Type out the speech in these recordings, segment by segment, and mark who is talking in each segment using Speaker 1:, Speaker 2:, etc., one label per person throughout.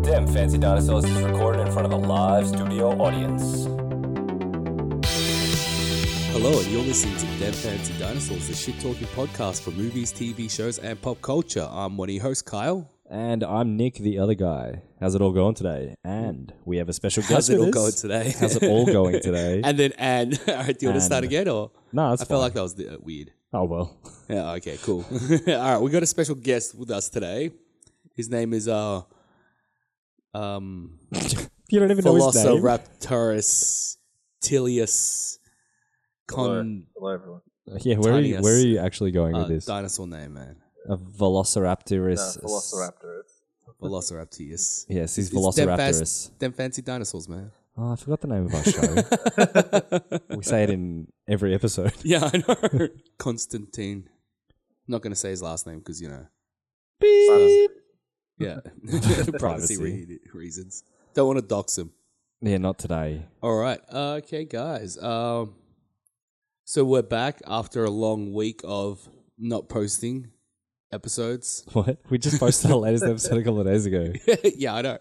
Speaker 1: Them Fancy Dinosaurs is recorded in front of a live studio audience.
Speaker 2: Hello, and you're listening to Dead Fancy Dinosaurs, the shit talking podcast for movies, TV shows, and pop culture. I'm one of your hosts, Kyle.
Speaker 3: And I'm Nick, the other guy. How's it all going today? And we have a special guest.
Speaker 2: How's it
Speaker 3: with
Speaker 2: all
Speaker 3: us.
Speaker 2: going today?
Speaker 3: How's it all going today?
Speaker 2: and then, and all right, do you want to start
Speaker 3: And-
Speaker 2: again, or
Speaker 3: No, it's
Speaker 2: I felt
Speaker 3: fine.
Speaker 2: like that was uh, weird.
Speaker 3: oh well.
Speaker 2: Yeah, okay, cool. all right, we got a special guest with us today. His name is uh, um,
Speaker 3: You don't even know his name.
Speaker 2: Velociraptorus Tilius Con
Speaker 4: Hello, everyone.
Speaker 3: yeah, where are, you,
Speaker 2: Tinius.
Speaker 3: where are you actually going
Speaker 2: uh,
Speaker 3: with this?
Speaker 2: dinosaur name, man.
Speaker 3: a Velociraptorus.
Speaker 4: No, Velociraptor.
Speaker 2: Velociraptorus.
Speaker 3: Yes, he's
Speaker 2: It's them fast-
Speaker 3: Velociraptorus.
Speaker 2: Them fancy dinosaurs, man.
Speaker 3: Oh, I forgot the name of our show. we say it in every episode.
Speaker 2: Yeah, I know. Constantine. I'm not going to say his last name because, you know, yeah, privacy re- reasons. Don't want to dox him.
Speaker 3: Yeah, not today.
Speaker 2: All right. Okay, guys. Um, so we're back after a long week of not posting episodes.
Speaker 3: What? We just posted our latest episode a couple of days ago.
Speaker 2: yeah, I know.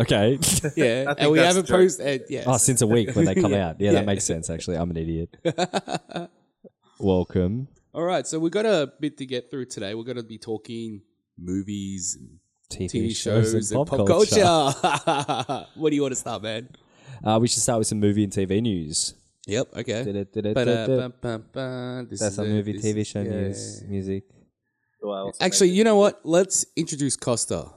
Speaker 3: Okay.
Speaker 2: Yeah, and we
Speaker 4: that's
Speaker 2: haven't
Speaker 4: the joke.
Speaker 2: posted. Yes.
Speaker 3: oh, since a week when they come
Speaker 2: Yeah.
Speaker 3: out. Yeah,
Speaker 2: Yeah.
Speaker 3: that makes sense, actually. I'm an idiot. Welcome.
Speaker 2: All right. So we got a bit to get through today. We're going to be talking movies and
Speaker 3: TV,
Speaker 2: TV shows and, pop, culture. what do you want to start, man?
Speaker 3: Uh, we should start with some movie and TV news.
Speaker 2: Yep. Okay.
Speaker 3: That's
Speaker 2: That's
Speaker 3: our movie, TV show news, music.
Speaker 4: So I also
Speaker 2: Actually,
Speaker 4: made
Speaker 2: you know what? Let's introduce Costa.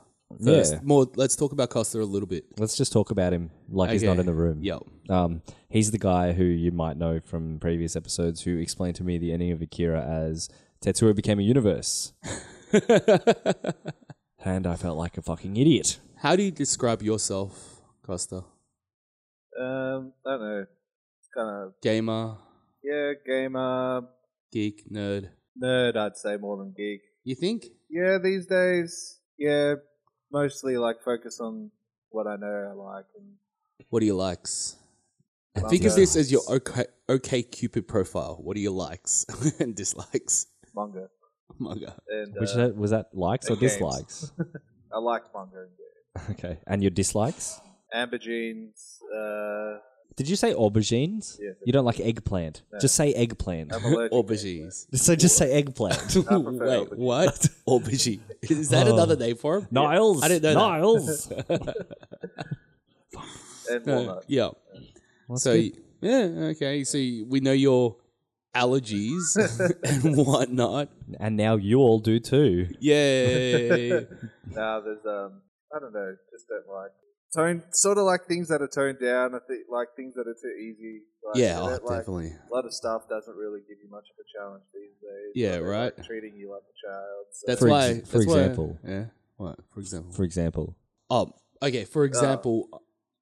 Speaker 2: First.
Speaker 3: Yeah.
Speaker 2: More. Let's talk about Costa a little bit.
Speaker 3: Let's just talk about him like he's
Speaker 2: Okay.
Speaker 3: not in the room.
Speaker 2: Yep.
Speaker 3: Um, he's the guy who you might know from previous episodes who explained to me the ending of Akira as Tetsuo became a universe. and I felt like a fucking idiot.
Speaker 2: How do you describe yourself, Costa?
Speaker 4: it. Um, I don't know. It's kind of
Speaker 2: Gamer,
Speaker 4: yeah, gamer
Speaker 2: geek, nerd.
Speaker 4: nerd. I'd say more than geek.
Speaker 2: You think?
Speaker 4: Yeah, these days. Yeah, mostly like focus on what I know I like. And
Speaker 2: What do you likes?
Speaker 4: Well,
Speaker 2: Think of
Speaker 4: yeah.
Speaker 2: this as your okay, okay Cupid profile. What do you likes and dislikes?
Speaker 4: manga.
Speaker 2: Manga.
Speaker 4: And
Speaker 3: Which
Speaker 4: uh,
Speaker 3: that, was that likes or
Speaker 4: the games.
Speaker 3: dislikes?
Speaker 4: I like manga and games.
Speaker 3: okay. And your dislikes?
Speaker 4: Amber jeans. Uh,
Speaker 3: Did you say aubergines?
Speaker 4: Yeah.
Speaker 3: You don't like eggplant. Just say eggplant.
Speaker 4: I'm allergic.
Speaker 2: Aubergines.
Speaker 3: So just say eggplant.
Speaker 4: prefer
Speaker 2: Wait,
Speaker 4: aubergine.
Speaker 2: what? Aubergine. Is that
Speaker 3: Oh.
Speaker 2: another name for him?
Speaker 3: Niles.
Speaker 2: I didn't know that.
Speaker 3: Niles.
Speaker 4: and
Speaker 2: Uh,
Speaker 4: walnut.
Speaker 2: yeah. so, yeah, okay. So, we know your allergies and whatnot.
Speaker 3: and now you all do too.
Speaker 2: Yay.
Speaker 4: Now there's um, I don't know, just don't like tone, sort of like things that are toned down. I think like things that are too easy. Like,
Speaker 2: yeah,
Speaker 4: I
Speaker 2: oh,
Speaker 4: don't like-
Speaker 2: definitely.
Speaker 4: A lot of stuff doesn't really give you much of a challenge these days.
Speaker 2: Yeah,
Speaker 4: They're,
Speaker 2: right.
Speaker 4: Like treating you like a child. So
Speaker 2: That's
Speaker 3: For ex-
Speaker 2: why.
Speaker 3: for
Speaker 2: that's why-
Speaker 3: example.
Speaker 2: yeah. What? For example.
Speaker 3: For example,
Speaker 2: Um. Okay. For example,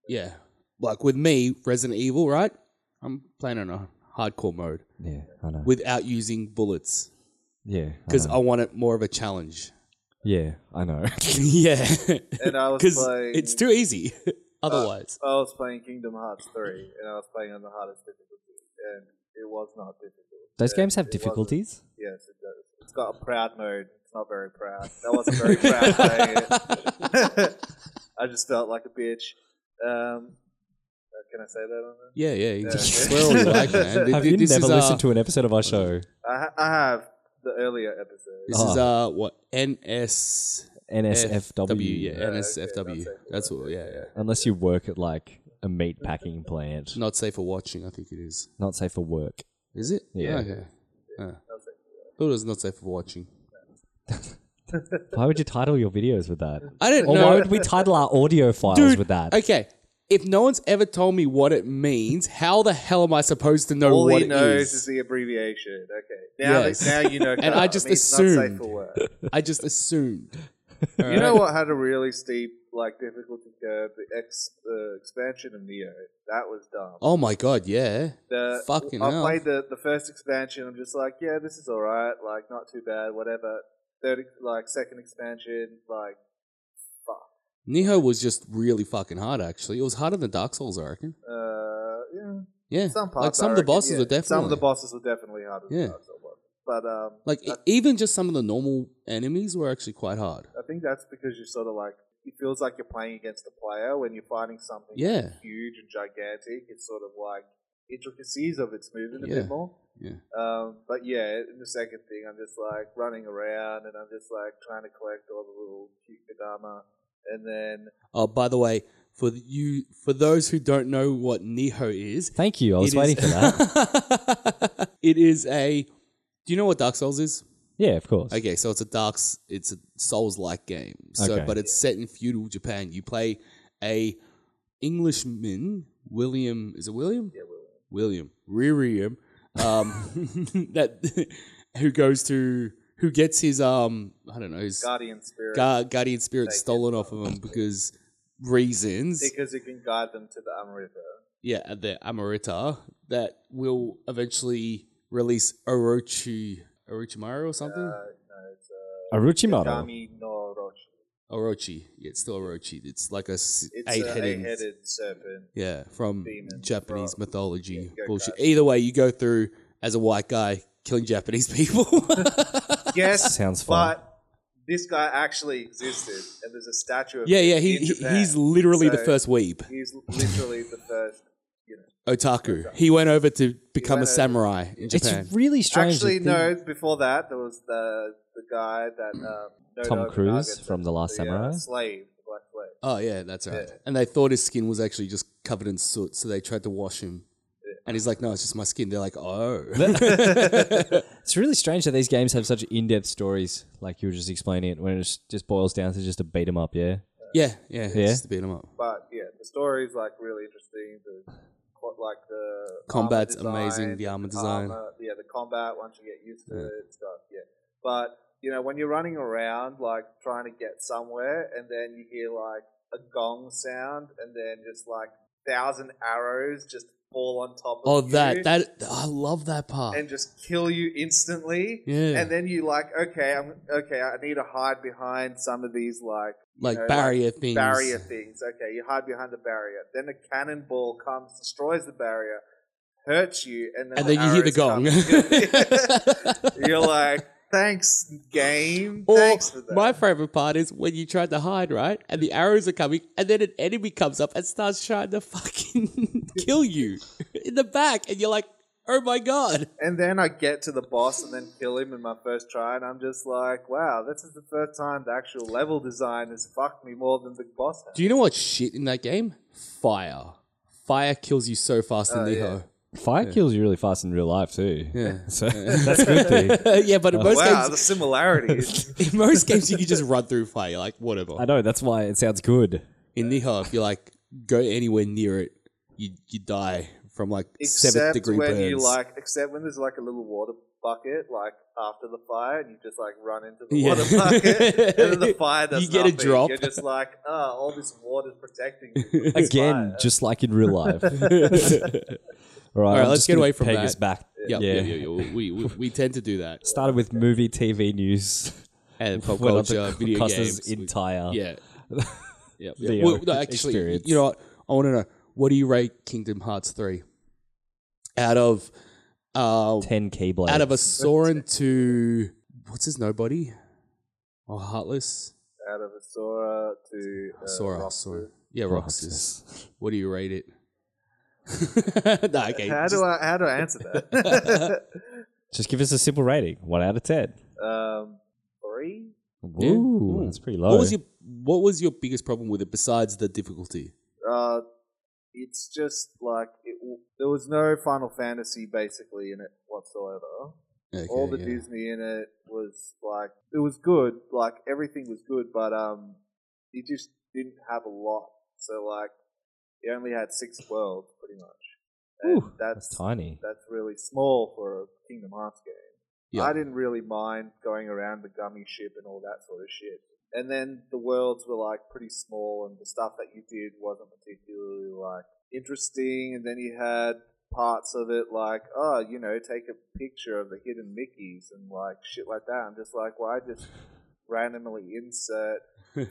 Speaker 2: yeah. Like with me, Resident Evil, right? I'm playing on a hardcore mode
Speaker 3: yeah, I know.
Speaker 2: without using bullets
Speaker 3: yeah, I
Speaker 2: because
Speaker 3: know.
Speaker 2: I want it more of a challenge.
Speaker 3: yeah, I know.
Speaker 2: yeah.
Speaker 4: and I was
Speaker 2: Because
Speaker 4: playing.
Speaker 2: it's too easy.
Speaker 3: Uh,
Speaker 2: Otherwise,
Speaker 4: I was playing Kingdom Hearts three, and I was playing on the hardest difficulty, and it was not difficult.
Speaker 3: Those
Speaker 4: And
Speaker 3: games have
Speaker 4: it wasn't-
Speaker 3: difficulties.
Speaker 4: Yes, it does. It's got a proud mode. It's not very proud. That wasn't very proud playing it. I just felt like a bitch. Um, uh, can I say that on there?
Speaker 2: yeah, yeah. You
Speaker 4: Yeah.
Speaker 2: can swear all you like, man. Th-
Speaker 3: Have
Speaker 2: th-
Speaker 3: you
Speaker 2: this
Speaker 3: never
Speaker 2: is, uh,
Speaker 3: listened to an episode of our show?
Speaker 4: I, ha- I have the earlier episode.
Speaker 2: This is
Speaker 3: Ah.
Speaker 2: uh what NS.
Speaker 3: NSFW.
Speaker 2: yeah,
Speaker 4: okay,
Speaker 2: NSFW.
Speaker 4: that's it.
Speaker 2: That's what, yeah, yeah.
Speaker 3: Unless you work at like a meat packing plant,
Speaker 2: Not safe for watching, I think it is.
Speaker 3: not safe for work.
Speaker 2: Is it?
Speaker 3: Yeah.
Speaker 2: Okay. Ah. Thought it was not safe for watching.
Speaker 3: Why would you title your videos with that?
Speaker 2: I don't
Speaker 3: Or why
Speaker 2: know.
Speaker 3: would we title our audio files
Speaker 2: Dude,
Speaker 3: with that?
Speaker 2: Okay. If no one's ever told me what it means, how the hell am I supposed to know
Speaker 4: All
Speaker 2: what
Speaker 4: he
Speaker 2: it
Speaker 4: knows
Speaker 2: is?
Speaker 4: is. the abbreviation. Okay, now
Speaker 2: Yes.
Speaker 4: that, now you know.
Speaker 2: And I just
Speaker 4: means not safe
Speaker 2: assumed.
Speaker 4: for work.
Speaker 2: I just assumed.
Speaker 4: You know what had a really steep like difficulty curve? The ex the expansion of Neo. That was dumb.
Speaker 2: Oh my god, yeah.
Speaker 4: the,
Speaker 2: fucking
Speaker 4: I
Speaker 2: hell.
Speaker 4: played the the first expansion. I'm just like, yeah, this is all right. Like, not too bad. Whatever. Third, ex- like second expansion, like
Speaker 2: Niho was just really fucking hard actually. It was harder than Dark Souls, I reckon.
Speaker 4: uh, yeah,
Speaker 2: Yeah.
Speaker 4: some parts.
Speaker 2: like some
Speaker 4: I
Speaker 2: of the
Speaker 4: reckon,
Speaker 2: bosses
Speaker 4: yeah.
Speaker 2: were definitely
Speaker 4: some of the bosses were definitely harder.
Speaker 2: Yeah.
Speaker 4: Than Dark Souls was. but um,
Speaker 2: like e- even just some of the normal enemies were actually quite hard.
Speaker 4: I think that's because you're sort of like it feels like you're playing against a player when you're fighting something
Speaker 2: Yeah.
Speaker 4: huge and gigantic. It's sort of like intricacies of its movement a
Speaker 2: Yeah.
Speaker 4: bit more.
Speaker 2: Yeah.
Speaker 4: Um, but yeah, in the second thing, I'm just like running around and I'm just like trying to collect all the little cute Kadama. And then
Speaker 2: Oh, by the way, for you, for those who don't know what Niho is,
Speaker 3: Thank you. I was
Speaker 2: it
Speaker 3: waiting
Speaker 2: is-
Speaker 3: for that.
Speaker 2: it is a. Do you know what Dark Souls is?
Speaker 3: Yeah, of course.
Speaker 2: Okay, so it's a dark, s- it's a Souls-like game. So,
Speaker 3: Okay.
Speaker 2: but it's set in feudal Japan. You play a Englishman, William. Is it William? Yeah, William. William. Ririum, um, that who goes to who gets his um, I don't know, his
Speaker 4: Guardian Spirit.
Speaker 2: gu- guardian spirit
Speaker 4: Take it.
Speaker 2: stolen off of him because reasons.
Speaker 4: because it can guide them to the Amrita.
Speaker 2: yeah, at the Amorita that will eventually release Orochi Orochimaru or something.
Speaker 4: Uh, no, it's uh,
Speaker 3: Aruchimaro.
Speaker 4: Kami no Roshi.
Speaker 2: Orochi, yeah, it's still Orochi. It's like a s-
Speaker 4: It's a
Speaker 2: eight-headed,
Speaker 4: eight-headed serpent.
Speaker 2: yeah, from
Speaker 4: demon
Speaker 2: Japanese
Speaker 4: from- yeah,
Speaker 2: mythology
Speaker 4: you go
Speaker 2: bullshit.
Speaker 4: guys.
Speaker 2: Either way, you go through as a white guy killing Japanese people.
Speaker 4: Yes,
Speaker 3: Sounds fun.
Speaker 4: but this guy actually existed, and there's a statue of
Speaker 2: yeah,
Speaker 4: him
Speaker 2: yeah, he,
Speaker 4: in
Speaker 2: he
Speaker 4: Japan.
Speaker 2: he's literally the
Speaker 4: So,
Speaker 2: first weeb
Speaker 4: He's literally the first. You know,
Speaker 2: otaku. He went over to become
Speaker 4: went
Speaker 2: a
Speaker 4: over-
Speaker 2: samurai in Japan.
Speaker 3: It's really strange. to
Speaker 4: actually,
Speaker 3: think-
Speaker 4: no. Before that, there was the the guy that um, no
Speaker 3: Tom
Speaker 4: Nobunaga
Speaker 3: Cruise
Speaker 4: said
Speaker 3: from The Last
Speaker 4: uh,
Speaker 3: Samurai?
Speaker 4: slave, the black slave.
Speaker 2: Oh yeah, that's right.
Speaker 4: Yeah.
Speaker 2: And they thought his skin was actually just covered in soot, so they tried to wash him. And he's like, "No, it's just my skin." They're like, "Oh,
Speaker 3: It's really strange that these games have such in-depth stories, like you were just explaining it, when it just- just boils down to just a beat 'em up, yeah?
Speaker 2: yeah, yeah,
Speaker 3: Yeah.
Speaker 2: Just to beat him up.
Speaker 4: But yeah, the story's like really interesting. The what, like the
Speaker 2: Combat's
Speaker 4: armor design,
Speaker 2: amazing, the armor design.
Speaker 4: armor- yeah, the combat once you get used to it, it's got yeah. But you know when you're running around like trying to get somewhere, and then you hear like a gong sound, and then just like thousand arrows just fall on top of
Speaker 2: Oh,
Speaker 4: you
Speaker 2: that that I love that part.
Speaker 4: and just kill you instantly.
Speaker 2: Yeah.
Speaker 4: And then you like, okay, I'm okay. I need to hide behind some of these like you
Speaker 2: Like
Speaker 4: know,
Speaker 2: barrier things.
Speaker 4: barrier things. Okay, you hide behind the barrier. Then the cannonball comes, destroys the barrier, hurts you, and then
Speaker 2: and then you hear the gong.
Speaker 4: the gong. You're like, thanks, game.
Speaker 2: Or
Speaker 4: thanks for that.
Speaker 2: my favorite part is when you try to hide, right? And the arrows are coming, and then an enemy comes up and starts trying to fucking kill you in the back, and you're like, "Oh my god!"
Speaker 4: and then I get to the boss and then kill him in my first try, and I'm just like, wow, this is the first time the actual level design has fucked me more than the boss has.
Speaker 2: Do you know what's shit in that game? Fire. Fire kills you so fast in
Speaker 4: Oh,
Speaker 2: Neho.
Speaker 3: Fire kills you really fast in real life, too.
Speaker 2: Yeah.
Speaker 3: So that's a good thing.
Speaker 2: Yeah, but in most
Speaker 4: Wow,
Speaker 2: games,
Speaker 4: the similarities.
Speaker 2: in most games you can just run through fire, like whatever.
Speaker 3: I know, that's why it sounds good.
Speaker 2: In Neho, if you like go anywhere near it, you you die from like seventh degree
Speaker 4: when
Speaker 2: burns.
Speaker 4: you like, except when there's like a little water bucket, like after the fire, and you just like run into the
Speaker 2: Yeah.
Speaker 4: water bucket, and then the fire does
Speaker 2: You get a
Speaker 4: nothing.
Speaker 2: drop.
Speaker 4: You're just like, oh, all this water's protecting me.
Speaker 3: Again, just like in real life. All right, All
Speaker 2: right, let's get away from
Speaker 3: peg
Speaker 2: that.
Speaker 3: us back.
Speaker 2: Yep,
Speaker 3: yeah.
Speaker 2: yeah, yeah, yeah. We, we we tend to do that.
Speaker 3: Started with movie, TV news.
Speaker 2: And pop
Speaker 3: Went on to
Speaker 2: culture, video
Speaker 3: Costa's
Speaker 2: games.
Speaker 3: entire.
Speaker 2: yeah. Yep, yep.
Speaker 3: Video
Speaker 2: Well, no, actually,
Speaker 3: um, experience.
Speaker 2: you know what? I want to know what do you rate Kingdom Hearts three out of uh,
Speaker 3: 10 Keyblades.
Speaker 2: out of a Soren to what's his nobody or Heartless
Speaker 4: Out of a Sora to uh,
Speaker 2: Sora, Sora. Yeah, Roxas.
Speaker 3: Roxas.
Speaker 2: What do you rate it? nah, okay.
Speaker 4: How
Speaker 2: just-
Speaker 4: do I how do I answer that?
Speaker 3: Just give us a simple rating. One out of ten.
Speaker 4: um, three.
Speaker 3: Ooh,
Speaker 2: Yeah. Ooh.
Speaker 3: that's pretty low.
Speaker 2: what was your What was your biggest problem with it besides the difficulty?
Speaker 4: Uh, it's just like it, w- there was no Final Fantasy basically in it whatsoever.
Speaker 2: Okay,
Speaker 4: all the
Speaker 2: yeah.
Speaker 4: Disney in it was like it was good, like everything was good, but um, you just didn't have a lot. So like, you only had six worlds pretty much, and
Speaker 3: Ooh,
Speaker 4: that's
Speaker 3: That's tiny.
Speaker 4: that's really small for a Kingdom Hearts game.
Speaker 2: Yeah.
Speaker 4: I didn't really mind going around the gummy ship and all that sort of shit. And then the worlds were like pretty small, and the stuff that you did wasn't particularly like interesting. And then you had parts of it like, oh, you know, take a picture of the hidden Mickey's and like shit like that. I'm just like, why just randomly insert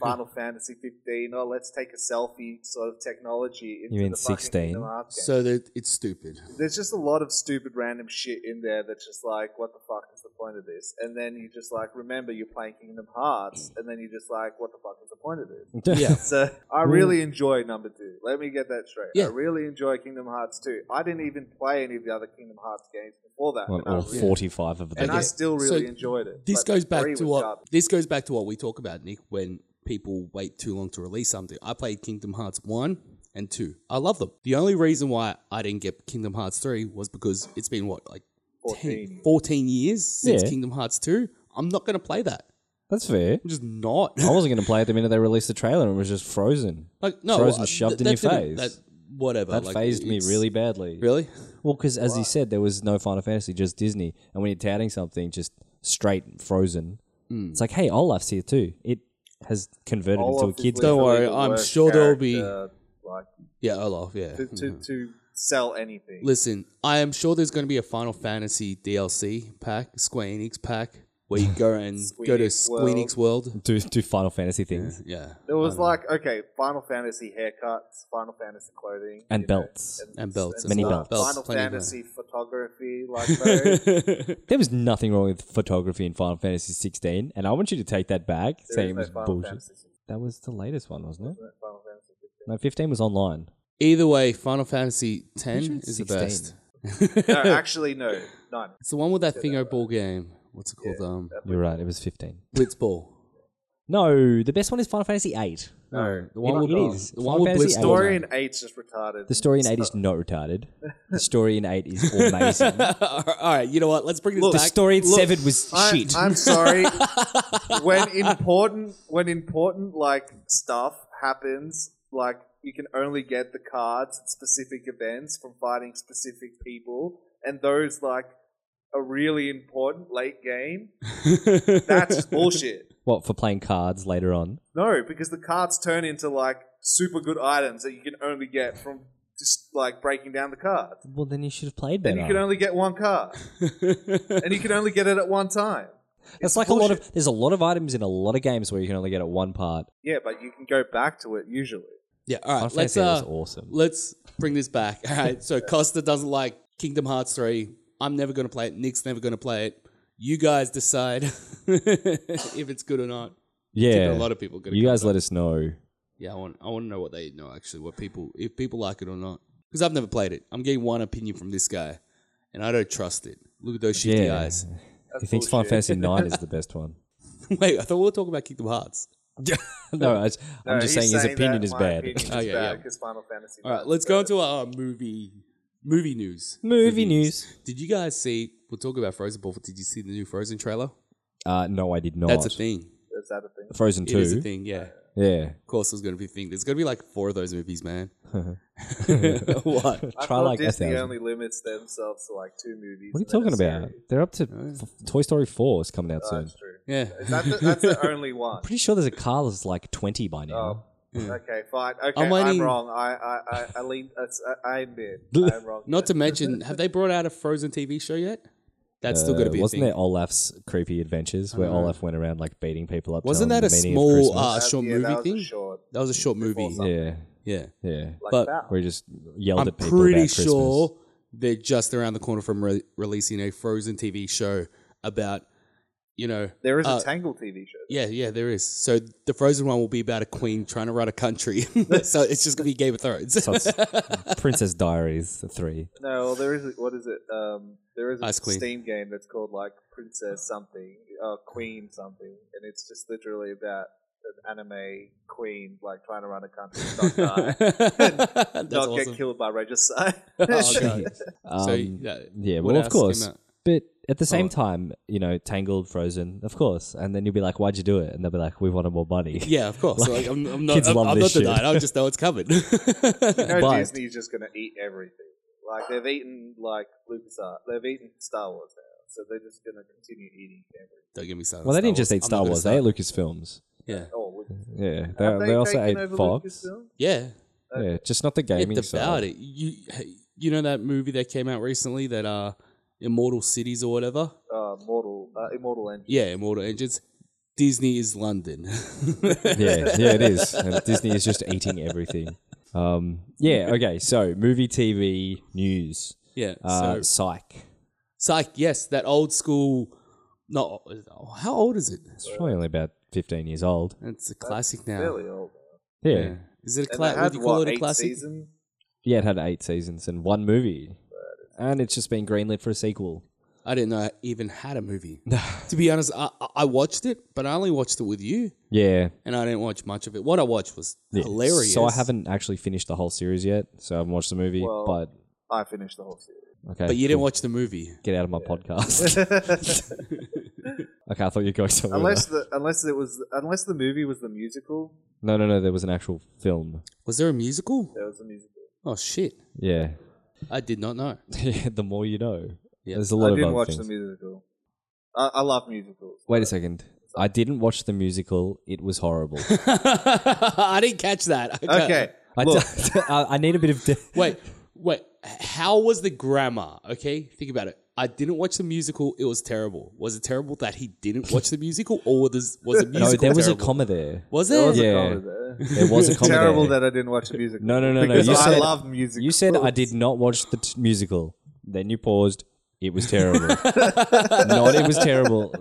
Speaker 4: Final Fantasy 15 or let's take a selfie sort of technology into
Speaker 3: You mean
Speaker 4: the fucking
Speaker 3: 16?
Speaker 4: Kingdom Hearts game?
Speaker 2: So that it's stupid.
Speaker 4: there's just a lot of stupid random shit in there that's just like, what the fuck is the point of this? And then you just like remember you're playing Kingdom Hearts, and then you're just like, what the fuck is the disappointed in.
Speaker 2: Yeah.
Speaker 4: So I really enjoy number two. Let me get that straight.
Speaker 2: Yeah.
Speaker 4: I really enjoy Kingdom Hearts 2. I didn't even play any of the other Kingdom Hearts games before that.
Speaker 3: Well,
Speaker 4: and I
Speaker 3: all
Speaker 4: really-
Speaker 3: 45 of them.
Speaker 4: and I
Speaker 2: Okay.
Speaker 4: still really
Speaker 2: So
Speaker 4: enjoyed it.
Speaker 2: This
Speaker 4: but
Speaker 2: goes back
Speaker 4: three
Speaker 2: to
Speaker 4: was
Speaker 2: what
Speaker 4: garbage.
Speaker 2: this goes back to what we talk about, Nick. When people wait too long to release something, I played Kingdom Hearts one and two. I love them. The only reason why I didn't get Kingdom Hearts three was because it's been what like
Speaker 4: 14
Speaker 2: 10, 14 years since
Speaker 3: Yeah.
Speaker 2: Kingdom Hearts two. I'm not gonna play that.
Speaker 3: That's fair.
Speaker 2: I'm just not.
Speaker 3: I wasn't going to play it the minute they released the trailer and it was just frozen.
Speaker 2: like no,
Speaker 3: Frozen
Speaker 2: I-
Speaker 3: shoved
Speaker 2: that-
Speaker 3: in
Speaker 2: that
Speaker 3: your
Speaker 2: didn't-
Speaker 3: face.
Speaker 2: That, whatever.
Speaker 3: That
Speaker 2: like,
Speaker 3: phased me
Speaker 2: it's-
Speaker 3: really badly.
Speaker 2: Really?
Speaker 3: Well, because as he said, there was no Final Fantasy, just Disney. And when you're touting something, just straight frozen, it's like, hey, Olaf's here too. It has converted into a
Speaker 4: Olaf is
Speaker 3: kid's
Speaker 2: Don't
Speaker 3: game.
Speaker 4: literally
Speaker 2: worry,
Speaker 4: the
Speaker 2: I'm
Speaker 4: worst
Speaker 2: sure there'll be-
Speaker 4: character, like
Speaker 2: Yeah, Olaf. Yeah.
Speaker 4: to, to, to sell anything.
Speaker 2: Listen, I am sure there's going to be a Final Fantasy DLC pack, Square Enix pack, where you go and go to
Speaker 4: Enix
Speaker 2: Square Enix World.
Speaker 3: Do, do Final Fantasy things.
Speaker 2: Yeah.
Speaker 4: There was like okay, Final Fantasy haircuts, Final Fantasy clothing,
Speaker 3: And
Speaker 4: you
Speaker 3: belts.
Speaker 2: And belts
Speaker 3: Many
Speaker 4: stuff.
Speaker 3: belts.
Speaker 4: Final
Speaker 2: Plenty of
Speaker 4: Fantasy photography, like those.
Speaker 3: There was nothing wrong with photography in Final Fantasy 16, and I want you to take that back,
Speaker 4: There
Speaker 3: saying it
Speaker 4: is no
Speaker 3: was
Speaker 4: Final
Speaker 3: bullshit.
Speaker 4: Fantasy system,
Speaker 3: That was the latest one, wasn't it?
Speaker 4: no Final Fantasy system.
Speaker 3: No, 15 was online.
Speaker 2: Either way, Final Fantasy X
Speaker 3: Pretty sure it's
Speaker 2: is the
Speaker 3: 16.
Speaker 2: best.
Speaker 4: No, actually, no, none.
Speaker 2: It's the one with that thingo ball game. What's it called? um,
Speaker 3: You're right, it was 15.
Speaker 2: Blitzball.
Speaker 3: No, the best one is Final Fantasy 8.
Speaker 2: No,
Speaker 3: It-
Speaker 2: the one with
Speaker 3: it is.
Speaker 2: The
Speaker 3: Final
Speaker 2: one with
Speaker 3: Fantasy
Speaker 2: Blitzball.
Speaker 4: Story
Speaker 3: Eight.
Speaker 4: in eight's just retarded.
Speaker 3: The story in 8 is not retarded. The story in 8 is amazing.
Speaker 2: All right, you know what? Let's bring this
Speaker 4: Look,
Speaker 3: the
Speaker 2: back.
Speaker 3: story in
Speaker 4: Look,
Speaker 3: 7 was
Speaker 4: I,
Speaker 3: shit.
Speaker 4: I'm sorry. when important, when important like stuff happens, like you can only get the cards at specific events from fighting specific people, and those like a really important late game. That's just bullshit.
Speaker 3: What, for playing cards later on?
Speaker 4: No, because the cards turn into like super good items that you can only get from just like breaking down the cards.
Speaker 3: Well, then you should have played
Speaker 4: And
Speaker 3: better.
Speaker 4: you um, can only get one card, and you can only get it at one time.
Speaker 3: That's like a lot of. There's a lot of items in a lot of games where you can only get at one part.
Speaker 4: Yeah, but you can go back to it usually.
Speaker 2: Yeah, all
Speaker 3: Final
Speaker 2: right. Let's
Speaker 3: Fantasy was
Speaker 2: uh,
Speaker 3: awesome.
Speaker 2: let's bring this back. All right. So Costa doesn't like Kingdom Hearts three. I'm never gonna play it. Nick's never gonna play it. You guys decide if it's good or not. I think
Speaker 3: Yeah,
Speaker 2: a lot of people are gonna.
Speaker 3: you
Speaker 2: come
Speaker 3: guys
Speaker 2: back.
Speaker 3: let us know.
Speaker 2: Yeah, I want. I want to know what they know actually. What people, if people like it or not, because I've never played it. I'm getting one opinion from this guy, and I don't trust it. Look at those shifty
Speaker 3: Yeah.
Speaker 2: eyes.
Speaker 3: he thinks Final Fantasy Nine is the best one.
Speaker 2: Wait, I thought we were talking about Kingdom Hearts.
Speaker 3: no, I, was- I'm
Speaker 4: No,
Speaker 3: just
Speaker 4: he's
Speaker 3: saying his opinion
Speaker 4: that
Speaker 3: is
Speaker 4: my
Speaker 3: bad.
Speaker 4: opinion is
Speaker 2: Oh, yeah,
Speaker 4: bad
Speaker 2: yeah.
Speaker 4: 'cause Final Fantasy.
Speaker 2: All right, let's go into our movie movie news.
Speaker 3: Movie news.
Speaker 2: Did you guys see? We'll talk about Frozen before. Did you see the new Frozen trailer?
Speaker 3: Uh, no, I did not.
Speaker 2: That's a thing.
Speaker 4: Is that a thing?
Speaker 3: Frozen
Speaker 2: It is a
Speaker 3: Two.
Speaker 2: thing. Yeah.
Speaker 3: Yeah.
Speaker 2: Of course, there's going to be a thing. There's going to be like four of those movies, man. what?
Speaker 4: I
Speaker 3: Try
Speaker 4: thought
Speaker 3: like a
Speaker 4: Disney
Speaker 3: thousand.
Speaker 4: only limits themselves to like two movies.
Speaker 3: What are you
Speaker 4: and then
Speaker 3: talking
Speaker 4: a
Speaker 3: about?
Speaker 4: series.
Speaker 3: They're up to f- Toy Story Four is coming out
Speaker 4: Oh,
Speaker 3: soon.
Speaker 4: That's true.
Speaker 2: Yeah.
Speaker 4: Is that the, that's the only one.
Speaker 3: Pretty sure there's a car that's like 20 by now.
Speaker 4: Oh, okay, fine. Okay,
Speaker 2: I'm
Speaker 4: I'm,
Speaker 2: waiting-
Speaker 4: wrong. I I I, I lean. that's- I, I admit I'm wrong.
Speaker 2: Not to mention, have they brought out a Frozen TV show yet? That's still
Speaker 3: Uh,
Speaker 2: going to be a
Speaker 3: wasn't
Speaker 2: thing. Uh-huh.
Speaker 3: there Olaf's creepy adventures where Olaf went around like beating people up?
Speaker 2: Wasn't
Speaker 3: telling
Speaker 2: that
Speaker 3: them
Speaker 2: a
Speaker 3: the meaning of
Speaker 2: small,
Speaker 3: Christmas?
Speaker 2: uh,
Speaker 4: That-
Speaker 2: short
Speaker 4: yeah,
Speaker 2: movie
Speaker 4: that was a
Speaker 2: thing?
Speaker 4: short.
Speaker 2: that was a short movie. Yeah.
Speaker 3: yeah, yeah.
Speaker 4: Like
Speaker 2: But-
Speaker 4: that.
Speaker 3: Where he just yelled
Speaker 2: I'm
Speaker 3: at people about
Speaker 2: pretty
Speaker 3: Christmas.
Speaker 2: sure they're just around the corner from re- releasing a Frozen TV show about, you know.
Speaker 4: There is
Speaker 2: uh,
Speaker 4: a Tangled TV show.
Speaker 2: yeah, yeah, there is. So the Frozen one will be about a queen trying to run a country. so it's just going to be Game of Thrones.
Speaker 3: So it's Princess Diaries three.
Speaker 4: No, well, there is. A, what is it? Um, there is a
Speaker 2: Ice Queen.
Speaker 4: Steam game that's called like Princess something, uh, Queen something, and it's just literally about an anime queen like trying to run a country, and not die,
Speaker 2: That's
Speaker 4: not
Speaker 2: awesome.
Speaker 4: get killed by regicide.
Speaker 2: Oh, God.
Speaker 3: Um,
Speaker 2: So, yeah,
Speaker 3: yeah,
Speaker 2: what
Speaker 3: well, of
Speaker 2: else came
Speaker 3: course.
Speaker 2: out?
Speaker 3: But at the same
Speaker 2: Oh.
Speaker 3: time, you know, Tangled, Frozen, of course. And then you'll be like, "Why'd you do it?" And they'll be like, "We wanted more money."
Speaker 2: Yeah, of course. Like, I'm, I'm not,
Speaker 3: kids
Speaker 2: I'm,
Speaker 3: love
Speaker 2: I'm not
Speaker 3: this shit.
Speaker 2: denying. I just know it's coming.
Speaker 4: no,
Speaker 3: But-
Speaker 4: Disney's just gonna eat everything. Like they've eaten like LucasArts, they've eaten Star Wars now, so they're just gonna continue eating everything.
Speaker 2: Don't get me started.
Speaker 3: well, they
Speaker 2: on
Speaker 3: didn't just
Speaker 2: Wars.
Speaker 3: eat
Speaker 2: I'm
Speaker 3: Star
Speaker 2: not
Speaker 3: Wars. They
Speaker 2: gonna
Speaker 3: ate Lucasfilms.
Speaker 2: start.
Speaker 4: Oh, Lucas.
Speaker 3: Yeah,
Speaker 4: Have
Speaker 3: they, they also
Speaker 4: taken
Speaker 3: ate
Speaker 4: over
Speaker 3: Fox.
Speaker 4: Lucasfilm?
Speaker 2: Yeah,
Speaker 3: Yeah, just not the
Speaker 2: yeah.
Speaker 3: gaming
Speaker 2: It
Speaker 3: side.
Speaker 2: devoured it. You, you know that movie that came out recently that uh, Immortal Cities or whatever.
Speaker 4: Uh, Mortal, uh, Immortal Engine.
Speaker 2: Yeah, Immortal Engines. Disney is London.
Speaker 3: yeah, yeah, it is. And Disney is just eating everything. Um, yeah. Okay. So movie, TV, news.
Speaker 2: yeah.
Speaker 3: Uh,
Speaker 2: so
Speaker 3: Psych.
Speaker 2: Psych. Yes, that old school. Not how old is it?
Speaker 3: It's probably only about 15 years old.
Speaker 2: It's a classic now.
Speaker 4: Fairly old.
Speaker 3: Yeah.
Speaker 2: Yeah. Is it a
Speaker 4: And it
Speaker 2: classic? Would
Speaker 4: had,
Speaker 2: you call
Speaker 4: what,
Speaker 2: it a
Speaker 4: eight
Speaker 2: classic?
Speaker 4: seasons?
Speaker 3: Yeah, it had eight seasons and one movie. And it's just been greenlit for a sequel.
Speaker 2: I didn't know I even had a movie. to be honest, I, I- I watched it, but I only watched it with you,
Speaker 3: Yeah.
Speaker 2: and I didn't watch much of it. What I watched was
Speaker 3: Yeah.
Speaker 2: hilarious.
Speaker 3: So I haven't actually finished the whole series yet. So I haven't watched the movie,
Speaker 4: Well-
Speaker 3: but
Speaker 4: I finished the whole series.
Speaker 3: okay.
Speaker 2: But you didn't watch the movie.
Speaker 3: get out of my podcast. okay, I thought you were going somewhere.
Speaker 4: unless
Speaker 3: else.
Speaker 4: the unless it was unless the movie was the musical,
Speaker 3: no, no, no. There was an actual film.
Speaker 2: Was there a musical?
Speaker 4: there was a musical.
Speaker 2: Oh shit!
Speaker 3: Yeah.
Speaker 2: I did not know.
Speaker 3: the more you know.
Speaker 2: Yeah.
Speaker 3: There's a lot
Speaker 4: I
Speaker 3: of
Speaker 4: didn't
Speaker 3: other
Speaker 4: watch
Speaker 3: things.
Speaker 4: the musical. I, I love musicals.
Speaker 3: Wait a second. I didn't watch the musical. It was horrible.
Speaker 2: I didn't catch that. Okay.
Speaker 4: Okay,
Speaker 3: I,
Speaker 4: look,
Speaker 3: d- I I need a bit of. De-
Speaker 2: Wait, wait. H- How was the grammar? Okay, think about it. I didn't watch the musical. It was terrible. Was it terrible that he didn't watch the musical, or was this, was the musical?
Speaker 3: no, there was
Speaker 2: terrible?
Speaker 3: a comma there.
Speaker 2: Was
Speaker 4: there
Speaker 2: there?
Speaker 4: was
Speaker 3: Yeah.
Speaker 4: a comedy there.
Speaker 3: There was a comma
Speaker 4: Terrible
Speaker 3: there.
Speaker 4: that I didn't watch the musical.
Speaker 3: No, no, no, no.
Speaker 4: because
Speaker 3: You
Speaker 4: I
Speaker 3: said-
Speaker 4: love musicals.
Speaker 3: You said I did not watch the t- musical. Then you paused. It was terrible. not it was terrible.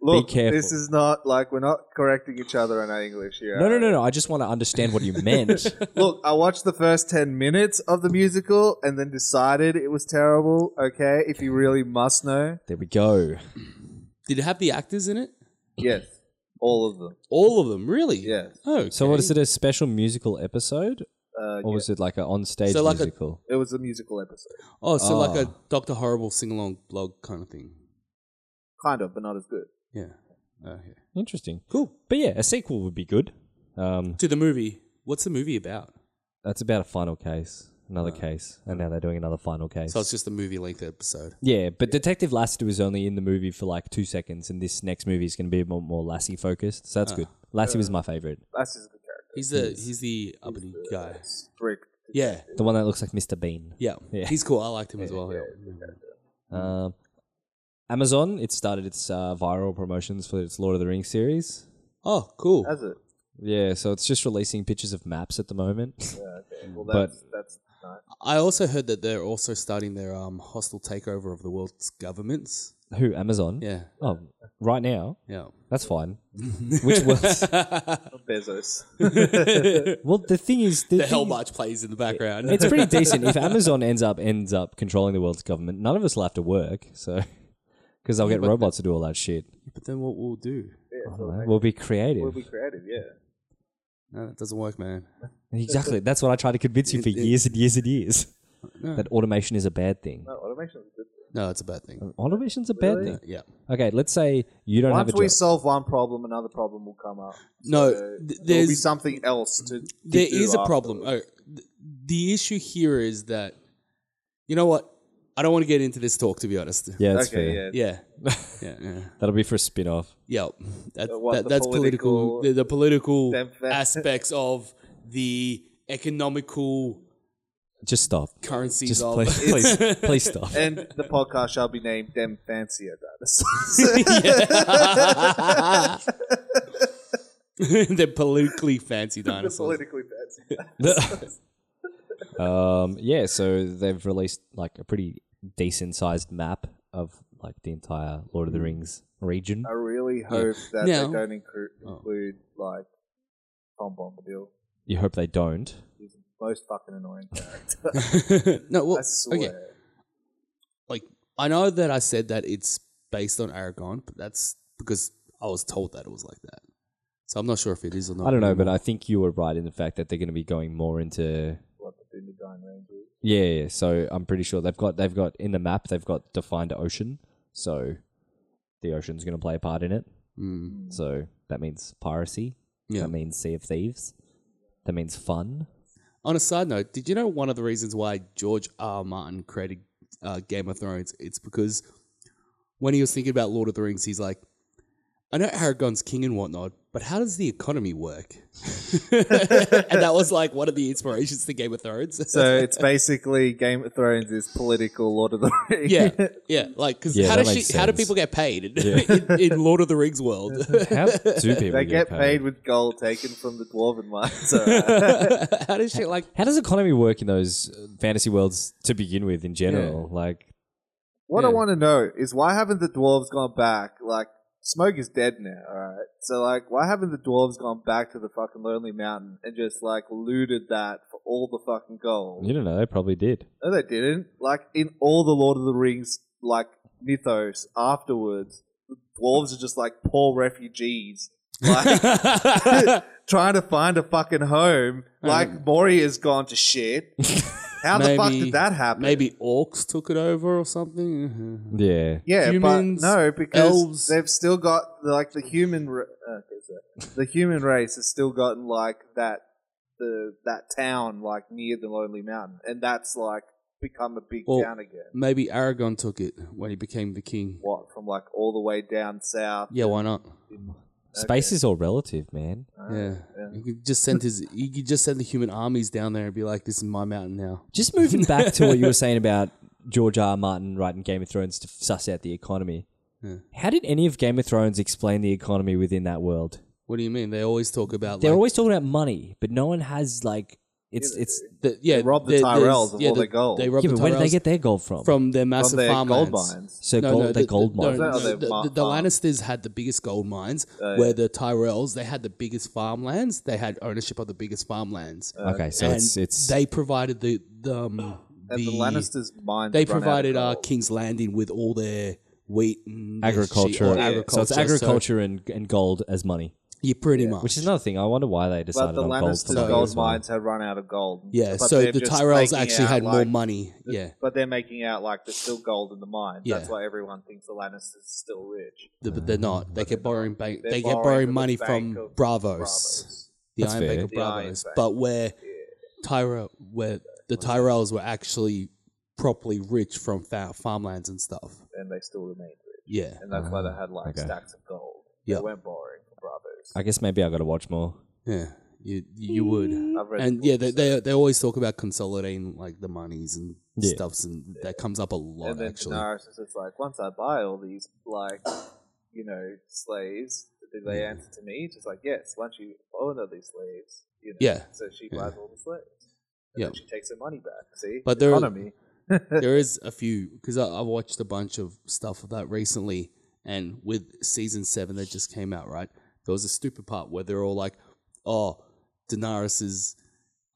Speaker 4: Look,
Speaker 3: careful.
Speaker 4: this is not like we're not correcting each other in our English here.
Speaker 3: No, no, no, no. I just want to understand what you meant.
Speaker 4: Look, I watched the first 10 minutes of the musical and then decided it was terrible. Okay, if you really must know.
Speaker 3: There we go.
Speaker 2: Did it have the actors in it?
Speaker 4: Yes, all of them.
Speaker 2: All of them, really?
Speaker 4: Yes.
Speaker 2: Oh,
Speaker 3: So, what is it? A special musical episode, or
Speaker 4: Uh, yeah.
Speaker 3: was it like an on-stage
Speaker 2: So like a-
Speaker 3: musical?
Speaker 4: It was a musical episode.
Speaker 2: Oh, so like a
Speaker 3: Ah.
Speaker 2: Doctor Horrible sing along blog kind of thing.
Speaker 4: Kind of, but not as good.
Speaker 2: Yeah. Oh, yeah.
Speaker 3: Interesting.
Speaker 2: Cool.
Speaker 3: But yeah, a sequel would be good. Um,
Speaker 2: To the movie. What's the movie about?
Speaker 3: that's about a final case, another case, and now they're doing another final case.
Speaker 2: So it's just a movie length episode.
Speaker 3: yeah, but Detective Lassiter was only in the movie for like two seconds, and this next movie is going to be a more, more Lassie focused. So that's
Speaker 2: Ah,
Speaker 3: good. Lassie was my favorite.
Speaker 4: That's just a good character.
Speaker 2: He's the he's the uppity guy.
Speaker 4: Strict.
Speaker 2: Yeah.
Speaker 3: The one that looks like Mr. Bean.
Speaker 2: yeah,
Speaker 3: Yeah.
Speaker 2: He's cool. I liked him as well. Yeah.
Speaker 3: Um, Amazon, it started its uh, viral promotions for its Lord of the Rings series.
Speaker 2: Oh, cool.
Speaker 4: Has it?
Speaker 3: Yeah, so it's just releasing pictures of maps at the moment.
Speaker 4: Well,
Speaker 3: But-
Speaker 4: that's, that's nice.
Speaker 2: I also heard that they're also starting their um hostile takeover of the world's governments.
Speaker 3: Who? Amazon?
Speaker 2: Yeah.
Speaker 3: Oh, right now?
Speaker 2: Yeah.
Speaker 3: That's fine. Which was.
Speaker 4: Bezos.
Speaker 3: Well, the thing is. The,
Speaker 2: The Hell
Speaker 3: thing-
Speaker 2: March plays in the background.
Speaker 3: It's pretty decent. If Amazon ends up ends up controlling the world's government, none of us will have to work, so. Because I'll get robots to do all that shit.
Speaker 2: but then what we'll do?
Speaker 3: I don't know. We'll be creative.
Speaker 4: We'll be creative, yeah.
Speaker 2: No, that doesn't work, man.
Speaker 3: Exactly. That's what I tried to convince you for years and years and years. That automation is a bad thing.
Speaker 4: No, automation is good.
Speaker 2: No, it's a bad thing.
Speaker 3: Automation's a bad thing.
Speaker 2: Yeah.
Speaker 3: Okay, let's say you don't
Speaker 4: Once
Speaker 3: have a
Speaker 4: we
Speaker 3: job.
Speaker 4: solve one problem, another problem will come up.
Speaker 2: No,
Speaker 4: So
Speaker 2: th-
Speaker 4: there'll be
Speaker 2: there's-
Speaker 4: something else to. to
Speaker 2: There
Speaker 4: do
Speaker 2: is a problem.
Speaker 4: afterwards.
Speaker 2: Oh, th- the issue here is that, you know what? I don't want to get into this talk, to be honest.
Speaker 3: Yeah, that's
Speaker 4: okay,
Speaker 3: fair.
Speaker 4: yeah.
Speaker 2: Yeah. Yeah. Yeah.
Speaker 3: That'll be for a spin off.
Speaker 2: yeah. That,
Speaker 4: Uh, what,
Speaker 2: that,
Speaker 4: the
Speaker 2: that's political.
Speaker 4: political-
Speaker 2: the, the political
Speaker 4: Them- that-
Speaker 2: aspects of the economical
Speaker 3: Just stop.
Speaker 2: currencies
Speaker 3: Just
Speaker 2: of.
Speaker 3: please, please, please stop.
Speaker 4: And the podcast shall be named Dem Fancier Dinosaurs.
Speaker 2: the politically fancy dinosaurs.
Speaker 4: Politically fancy.
Speaker 3: um, yeah, so they've released like a pretty decent sized map of like the entire Lord of
Speaker 4: Mm.
Speaker 3: the Rings region.
Speaker 4: I really hope that
Speaker 2: Now- Oh.
Speaker 4: they don't incru- include, like, Tom Bombadil.
Speaker 3: You hope they don't.
Speaker 4: He's the most fucking annoying character.
Speaker 2: no, well,
Speaker 4: I swear.
Speaker 2: okay. like I know that I said that it's based on Aragon, but that's because I was told that it was like that. So I'm not sure if it is or not.
Speaker 3: I don't know, but I think you were right in the fact that they're going to be going more into
Speaker 4: What the Dundee Rangers.
Speaker 3: yeah, yeah. So I'm pretty sure they've got they've got in the map they've got defined ocean. So the ocean's going to play a part in it.
Speaker 2: Mm,
Speaker 3: So that means piracy.
Speaker 2: yeah.
Speaker 3: That means Sea of Thieves. That means fun.
Speaker 2: On a side note, did you know one of the reasons why George R. R. Martin created uh, Game of Thrones? It's because when he was thinking about Lord of the Rings, he's like, I know Aragon's king and whatnot, but how does the economy work? and that was like one of the inspirations to Game of Thrones.
Speaker 4: So it's basically Game of Thrones is political Lord of the Rings.
Speaker 2: Yeah, yeah. Like, because
Speaker 3: Yeah,
Speaker 2: how
Speaker 3: that
Speaker 2: does
Speaker 3: makes
Speaker 2: she? How do
Speaker 3: sense.
Speaker 2: people get paid in, in, in Lord of the Rings world?
Speaker 3: How do people
Speaker 4: They get paid with gold taken from the dwarven uh, mines. alright.
Speaker 2: how does she like?
Speaker 3: How does economy work in those uh, fantasy worlds to begin with, in general? Like,
Speaker 4: What I
Speaker 2: Yeah.
Speaker 4: want to know is why haven't the dwarves gone back like Smoke is dead now, alright? So, like, why haven't the dwarves gone back to the fucking Lonely Mountain and just, like, looted that for all the fucking gold?
Speaker 3: You don't know. They probably did.
Speaker 4: No, they didn't. Like, in all the Lord of the Rings, like, mythos afterwards, the dwarves are just, like, poor refugees. Like, trying to find a fucking home. Like, Mori has gone to shit. How the fuck
Speaker 2: Maybe-
Speaker 4: did that happen?
Speaker 2: Maybe orcs took it over or something. Mhm.
Speaker 3: Yeah.
Speaker 4: Yeah,
Speaker 2: humans,
Speaker 4: but no, because
Speaker 2: elves.
Speaker 4: they've still got like the human ra- uh, okay, sorry. the human race has still gotten like that the that town like near the Lonely Mountain, and that's like become a big
Speaker 2: Well-
Speaker 4: town again.
Speaker 2: Maybe Aragon took it when he became the king.
Speaker 4: What from like all the way down south?
Speaker 2: Yeah, why not?
Speaker 3: Space is all relative, man.
Speaker 2: yeah. he could just send his. He could just send the human armies down there and be like, "This is my mountain now."
Speaker 3: Just moving back to what you were saying about George R. R. Martin writing Game of Thrones to suss out the economy. How did any of Game of Thrones explain the economy within that world?
Speaker 2: What do you mean? They always talk about.
Speaker 3: They're
Speaker 2: like,
Speaker 3: always talking about money, but no one has like it's it's.
Speaker 2: the, yeah,
Speaker 4: They robbed the
Speaker 2: there- there's-
Speaker 4: Tyrells of
Speaker 2: yeah,
Speaker 4: all
Speaker 2: the-
Speaker 4: their gold.
Speaker 2: They robbed
Speaker 3: Yeah,
Speaker 2: the
Speaker 3: but where did they
Speaker 2: Tyrells
Speaker 3: get their gold from?
Speaker 2: from their massive
Speaker 4: From their
Speaker 2: farmlands?
Speaker 4: gold mines.
Speaker 3: so gold, the,
Speaker 2: the-
Speaker 3: gold
Speaker 2: the-
Speaker 3: mine.
Speaker 2: No,
Speaker 4: Oh,
Speaker 2: no,
Speaker 4: their
Speaker 2: the,
Speaker 4: ma-
Speaker 2: the, the
Speaker 4: farm. Oh,
Speaker 2: Lannisters had the biggest gold mines, where the Tyrells they had the biggest farmlands. They had ownership of the biggest farmlands.
Speaker 3: okay, so
Speaker 2: and
Speaker 3: it's it's
Speaker 2: they provided the the, um,
Speaker 4: And the,
Speaker 2: the-
Speaker 4: Lannisters mine.
Speaker 2: They provided uh, King's Landing with all their wheat and their sheep-
Speaker 3: agriculture.
Speaker 2: or
Speaker 3: So it's agriculture and, and gold as money,
Speaker 2: yeah, pretty much.
Speaker 3: which is another thing. I wonder why they
Speaker 4: but
Speaker 3: decided
Speaker 4: the
Speaker 3: on gold. for
Speaker 4: Lannisters
Speaker 3: money
Speaker 4: gold
Speaker 3: as well.
Speaker 4: mines had run out of gold.
Speaker 2: yeah,
Speaker 4: but
Speaker 2: so
Speaker 4: they're
Speaker 2: the
Speaker 4: just
Speaker 2: Tyrells
Speaker 4: making
Speaker 2: actually
Speaker 4: out,
Speaker 2: had more
Speaker 4: like-
Speaker 2: money. Yeah,
Speaker 4: But they're making out like there's still gold in the mines. That's
Speaker 2: Yeah.
Speaker 4: why everyone thinks the Lannisters are still rich.
Speaker 2: the, but they're not. They kept borrowing bank.
Speaker 4: They're
Speaker 2: They kept
Speaker 4: borrowing
Speaker 2: borrowing
Speaker 4: from
Speaker 2: money
Speaker 4: the Bank
Speaker 2: from
Speaker 4: of
Speaker 2: Bravos.
Speaker 4: Bravos.
Speaker 2: the
Speaker 3: That's
Speaker 2: Iron
Speaker 3: fair.
Speaker 2: Bank of
Speaker 4: The Iron
Speaker 2: Bravos,
Speaker 4: Bank.
Speaker 2: but where Tyra, where the Tyrells were actually properly rich from fa- farmlands and stuff.
Speaker 4: and they still remained rich.
Speaker 2: Yeah,
Speaker 4: And that's why they had like
Speaker 3: okay.
Speaker 4: stacks of gold.
Speaker 2: Ah, Yeah.
Speaker 4: They weren't borrowing from Bravos.
Speaker 3: I guess maybe I got to watch more.
Speaker 2: yeah, you you would,
Speaker 4: I've read
Speaker 2: and
Speaker 4: the
Speaker 2: yeah,
Speaker 4: book,
Speaker 2: they, they they always talk about consolidating like the monies and
Speaker 3: Yeah.
Speaker 2: stuffs, and that comes up a lot
Speaker 4: and then uh,
Speaker 2: actually.
Speaker 4: Daenerys is just like, once I buy all these like you know slaves, do they
Speaker 2: Mm.
Speaker 4: answer to me? Just like yes, once you own all these slaves, you know.
Speaker 2: Yeah.
Speaker 4: So she
Speaker 2: Yeah.
Speaker 4: buys all the slaves. And
Speaker 2: Yeah.
Speaker 4: then she takes her money back. See,
Speaker 2: But there-
Speaker 4: economy.
Speaker 2: there is a few because I, I watched a bunch of stuff of that recently, and with season seven that just came out, right? There was a stupid part where they're all like, "Oh, Daenerys's